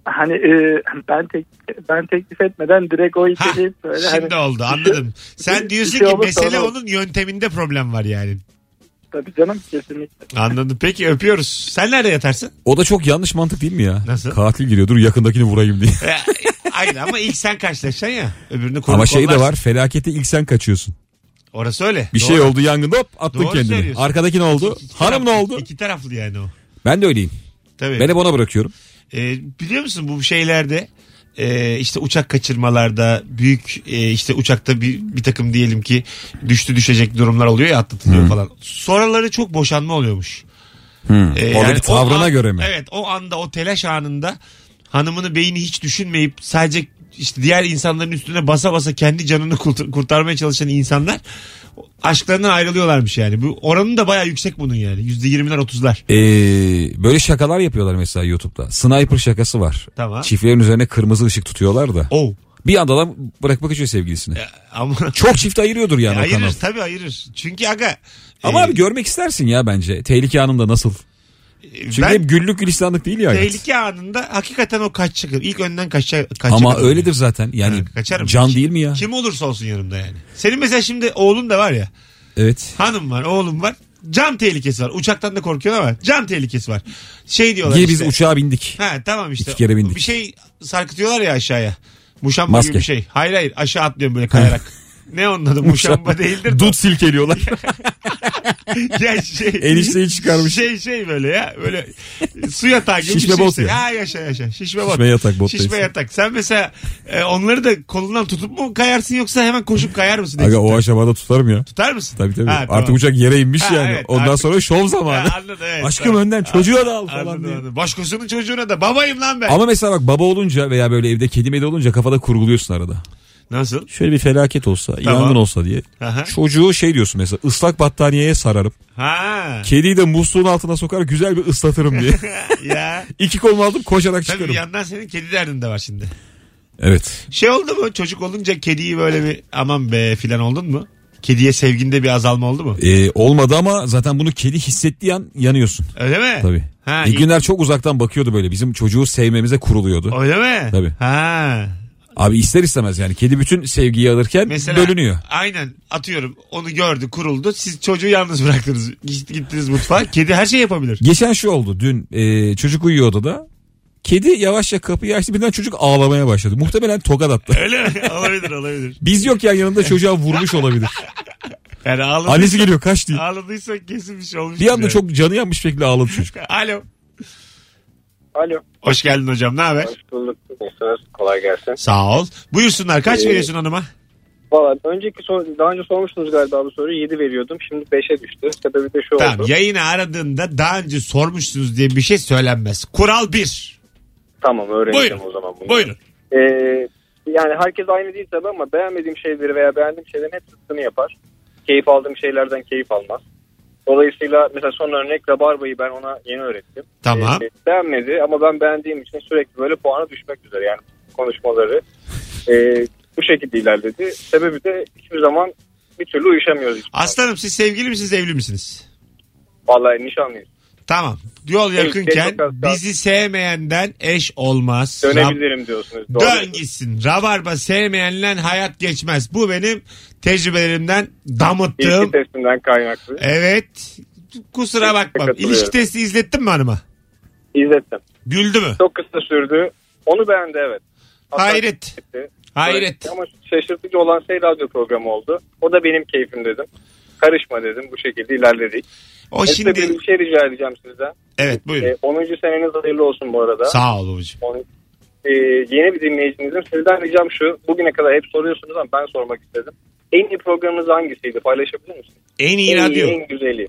S11: Hani e, ben tek ben teklif etmeden direkt o
S2: Ha,
S11: içeriği böyle hani
S2: şimdi oldu anladım. Sen
S11: bir
S2: diyorsun
S11: şey
S2: ki
S11: olursa
S2: mesele
S11: olur.
S2: onun yönteminde problem var yani.
S11: tabii canım kesinlikle.
S2: Anladım. Peki öpüyoruz. Sen nerede yatarsın?
S3: O da çok yanlış mantık değil mi ya?
S2: Nasıl?
S3: Katil geliyor dur yakındakini vurayım diye.
S2: E, Aynen ama ilk sen karşılaşacaksın ya. Öbürünü koru
S3: Ama şey de
S2: kollarsın.
S3: var felakete ilk sen kaçıyorsun.
S2: Orası öyle.
S3: Bir
S2: Doğru.
S3: şey oldu yangında hop attın
S2: Doğru
S3: kendini.
S2: söylüyorsun.
S3: Arkadaki ne oldu?
S2: İki
S3: Hanım ne
S2: taraflı-
S3: oldu?
S2: İki taraflı yani o.
S3: Ben de öyleyim.
S2: Tabii.
S3: Ben hep ona bırakıyorum.
S2: Ee, biliyor musun bu şeylerde e, işte uçak kaçırmalarda büyük e, işte uçakta bir, bir takım diyelim ki düştü düşecek durumlar oluyor ya atlatılıyor falan. Sonraları çok boşanma oluyormuş. Ee,
S3: Orada bir
S2: o
S3: tavrına
S2: an-
S3: göre mi?
S2: Evet o anda o telaş anında hanımını beyni hiç düşünmeyip sadece işte diğer insanların üstüne basa basa kendi canını kurt- kurtarmaya çalışan insanlar aşklarından ayrılıyorlarmış yani. Bu oranı da bayağı yüksek bunun yani. %20'ler 30'lar.
S3: Ee, böyle şakalar yapıyorlar mesela YouTube'da. Sniper şakası var.
S2: Tamam.
S3: Çiftlerin üzerine kırmızı ışık tutuyorlar da.
S2: Oh. E,
S3: Bir anda adam bırakmak için sevgilisini.
S2: Ama
S3: Çok çift ayırıyordur yani o kanal.
S2: ayırır E, tabii ayırır. Çünkü aga
S3: Ama
S2: e,
S3: abi görmek istersin ya bence. Tehlike anında nasıl? Çünkü
S2: ben
S3: hep güllük gülistanlık değil ya. hayat.
S2: tehlike anında hakikaten o kaçacak. İlk önden kaçacak. kaçacak
S3: Ama
S2: adam
S3: öyledir zaten.
S2: yani.
S3: Yani
S2: Ha, kaçarım.
S3: can
S2: Kim-
S3: değil mi ya?
S2: Kim olursa olsun yanımda yani. Senin mesela şimdi oğlun da var ya.
S3: Evet.
S2: Hanım var, oğlum var. Can tehlikesi var. Uçaktan da korkuyor ama can tehlikesi var. Şey diyorlar
S3: Gir biz
S2: işte.
S3: uçağa bindik.
S2: Ha tamam işte.
S3: İki kere bindik.
S2: Bir şey sarkıtıyorlar ya aşağıya. Muşamba
S3: Maske.
S2: gibi bir şey. Hayır hayır aşağı atlıyorum böyle kayarak. ne onun adı? Muşamba değildir.
S3: Dut silkeliyorlar.
S2: ya şey,
S3: Enişteyi çıkarmış.
S2: Şey şey böyle ya böyle su yatağı gibi
S3: Şişme
S2: bir şey
S3: bot
S2: işte.
S3: ya.
S2: Ha yaşa yaşa şişme bot.
S3: Şişme yatak bot
S2: Şişme
S3: da işte.
S2: yatak. Sen mesela e, onları da kolundan tutup mu kayarsın yoksa hemen koşup kayar mısın?
S3: Aga o aşamada tutarım ya.
S2: Tutar mısın?
S3: Tabii tabii.
S2: Ha,
S3: Artık
S2: tamam.
S3: uçak yere inmiş
S2: Ha,
S3: yani.
S2: evet,
S3: Ondan
S2: artık-
S3: sonra şov zamanı.
S2: Ha, anladım, evet,
S3: Aşkım
S2: tamam.
S3: önden çocuğa da al falan
S2: Anladım,
S3: diye.
S2: anladım. Başkasının çocuğuna da babayım lan ben.
S3: Ama mesela bak baba olunca veya böyle evde kedi medi olunca kafada kurguluyorsun arada.
S2: Nasıl?
S3: Şöyle bir felaket olsa,
S2: Tamam.
S3: yangın olsa diye.
S2: Aha.
S3: Çocuğu şey diyorsun mesela ıslak battaniyeye sararım.
S2: Ha.
S3: Kediyi de musluğun altına sokar güzel bir ıslatırım diye.
S2: ya.
S3: İki kolumu alıp koşarak
S2: Tabii
S3: çıkarım.
S2: bir yandan senin kedi derdin de var şimdi.
S3: Evet.
S2: Şey oldu mu? Çocuk olunca kediyi böyle bir aman be filan oldun mu? Kediye sevginde bir azalma oldu mu?
S3: Ee, olmadı ama zaten bunu kedi hissettiği an yanıyorsun.
S2: Öyle mi?
S3: Tabii.
S2: Ha,
S3: İlk
S2: iyi.
S3: günler çok uzaktan bakıyordu böyle. Bizim çocuğu sevmemize kuruluyordu.
S2: Öyle mi?
S3: Tabii.
S2: Ha.
S3: Abi ister istemez yani kedi bütün sevgiyi alırken
S2: Mesela
S3: bölünüyor.
S2: Aynen atıyorum onu gördü kuruldu siz çocuğu yalnız bıraktınız Git- gittiniz mutfağa kedi her şey yapabilir.
S3: Geçen şu oldu dün e, çocuk uyuyor odada. Kedi yavaşça kapıyı açtı birden çocuk ağlamaya başladı. Muhtemelen tokat attı.
S2: Öyle mi? olabilir olabilir.
S3: Biz yokken yanında çocuğa vurmuş olabilir.
S2: Yani ağladıysa,
S3: Annesi geliyor kaç diye.
S2: ağladıysa kesin bir şey olmuş.
S3: Bir anda çok canı yanmış şekilde ağladı çocuk.
S2: Alo.
S12: Alo.
S2: Hoş geldin hocam ne haber?
S12: Hoş bulduk. Nasılsınız? Kolay gelsin.
S2: Sağ ol. Buyursunlar kaç
S12: Ee,
S2: veriyorsun hanıma?
S12: Valla önceki sor- daha önce sormuştunuz galiba bu soruyu. 7 veriyordum. Şimdi 5'e düştü. Sebebi de şu
S2: Tamam
S12: oldu.
S2: yayını aradığında daha önce sormuşsunuz diye bir şey söylenmez. Kural bir.
S12: Tamam öğreneceğim
S2: Buyurun.
S12: o zaman bunu.
S2: Buyurun.
S12: Ee, yani herkes aynı değil tabii ama beğenmediğim şeyleri veya beğendiğim şeylerin hep zıttını yapar. Keyif aldığım şeylerden keyif almaz. Dolayısıyla mesela son örnek rabarbayı ben ona yeni öğrettim.
S2: Tamam.
S12: Ee, beğenmedi ama ben beğendiğim için sürekli böyle puana düşmek üzere yani konuşmaları Ee, bu şekilde ilerledi. Sebebi de hiçbir zaman bir türlü uyuşamıyoruz. hiçbir zaman.
S2: Aslanım siz sevgili misiniz evli misiniz?
S12: Vallahi nişanlıyız.
S2: Tamam. Yol
S12: Evet, çok
S2: yakınken
S12: az kaldı.
S2: bizi sevmeyenden eş olmaz.
S12: Dönebilirim diyorsunuz.
S2: Rab-
S12: Doğru.
S2: Dön gitsin. Rabarba sevmeyenle hayat geçmez. Bu benim tecrübelerimden damıttığım.
S12: İlişki testinden kaynaklı.
S2: Evet. Kusura bakma.
S12: Katılıyorum.
S2: İlişki testi izlettin mi hanıma?
S12: İzlettim.
S2: Güldü mü?
S12: Çok kısa sürdü. Onu beğendi evet. Hatta
S2: Hayret.
S12: gitti.
S2: Hayret.
S12: Ama şaşırtıcı olan şey radyo programı oldu. O da benim keyfim dedim. Karışma dedim. Bu şekilde ilerledik.
S2: O
S12: Mesut Bey,
S2: şimdi...
S12: bir şey rica edeceğim sizden.
S2: Evet buyurun.
S12: Ee, 10. seneniz hayırlı olsun bu arada.
S2: Sağ ol babacığım.
S12: On- Ee, yeni bir dinleyicinizim. Sizden ricam şu. Bugüne kadar hep soruyorsunuz ama ben sormak istedim. En iyi programınız hangisiydi? Paylaşabilir misiniz?
S2: En iyi
S12: en
S2: radyo.
S12: en güzeli.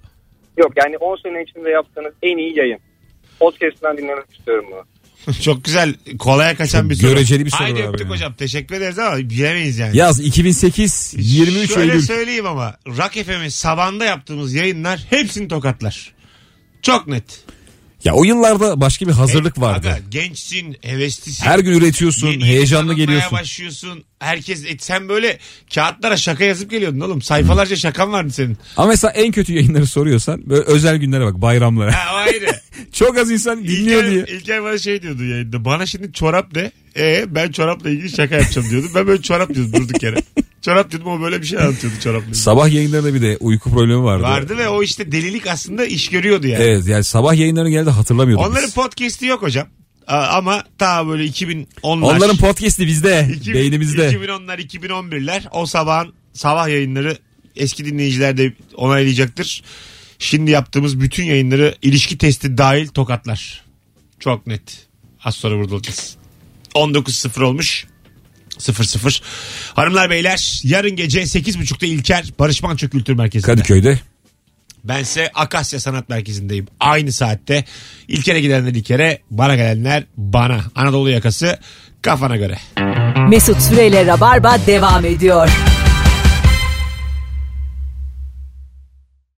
S12: Yok yani 10 sene içinde yaptığınız en iyi yayın. Podcast'ten dinlemek istiyorum bunu.
S2: Çok güzel. Kolaya kaçan
S3: Çok
S2: bir soru.
S3: göreceli bir soru
S2: Haydi
S3: abi
S2: öptük
S3: yani.
S2: hocam. Teşekkür ederiz ama bilemeyiz yani.
S3: Yaz 2008 23
S2: Şöyle
S3: Eylül.
S2: söyleyeyim ama Rock FM'in sabahında yaptığımız yayınlar hepsini tokatlar. Çok net.
S3: Ya o yıllarda başka bir hazırlık vardı.
S2: Aga, gençsin, heveslisin.
S3: Her gün üretiyorsun,
S2: Yeni
S3: heyecanlı
S2: tanınmaya
S3: geliyorsun.
S2: başlıyorsun. Herkes e, sen böyle kağıtlara şaka yazıp geliyordun oğlum. Sayfalarca şakan vardı senin.
S3: Ama mesela en kötü yayınları soruyorsan böyle özel günlere bak bayramlara.
S2: Ha o ayrı.
S3: Çok az insan dinliyor diye.
S2: İlker, İlker bana şey diyordu yayında. Bana şimdi çorap de. E, ben çorapla ilgili şaka yapacağım diyordum. Ben böyle çorap diyordum durduk yere. çorap diyordum o böyle bir şey anlatıyordu çorapla. ilgili.
S3: Sabah yayınlarında bir de uyku problemi vardı.
S2: Vardı ve o işte delilik aslında iş görüyordu yani.
S3: Evet yani sabah yayınları geldi hatırlamıyordum.
S2: Onların
S3: biz.
S2: podcast'i yok hocam. A- Ama ta böyle 2010'lar.
S3: Onların podcast'i bizde,
S2: 2000
S3: beynimizde.
S2: 2010'lar, 2011'ler o sabahın sabah yayınları eski dinleyiciler de onaylayacaktır. Şimdi yaptığımız bütün yayınları ilişki testi dahil tokatlar. Çok net. Az sonra burada olacağız. 19.0 olmuş. 00. Hanımlar beyler yarın gece 8.30'da İlker Barış Manço Kültür Merkezi'nde.
S3: Kadıköy'de.
S2: Bense Akasya Sanat Merkezi'ndeyim. Aynı saatte. İlker'e gidenler İlker'e, bana gelenler bana. Anadolu yakası kafana göre.
S1: Mesut Süreyle Rabarba devam ediyor.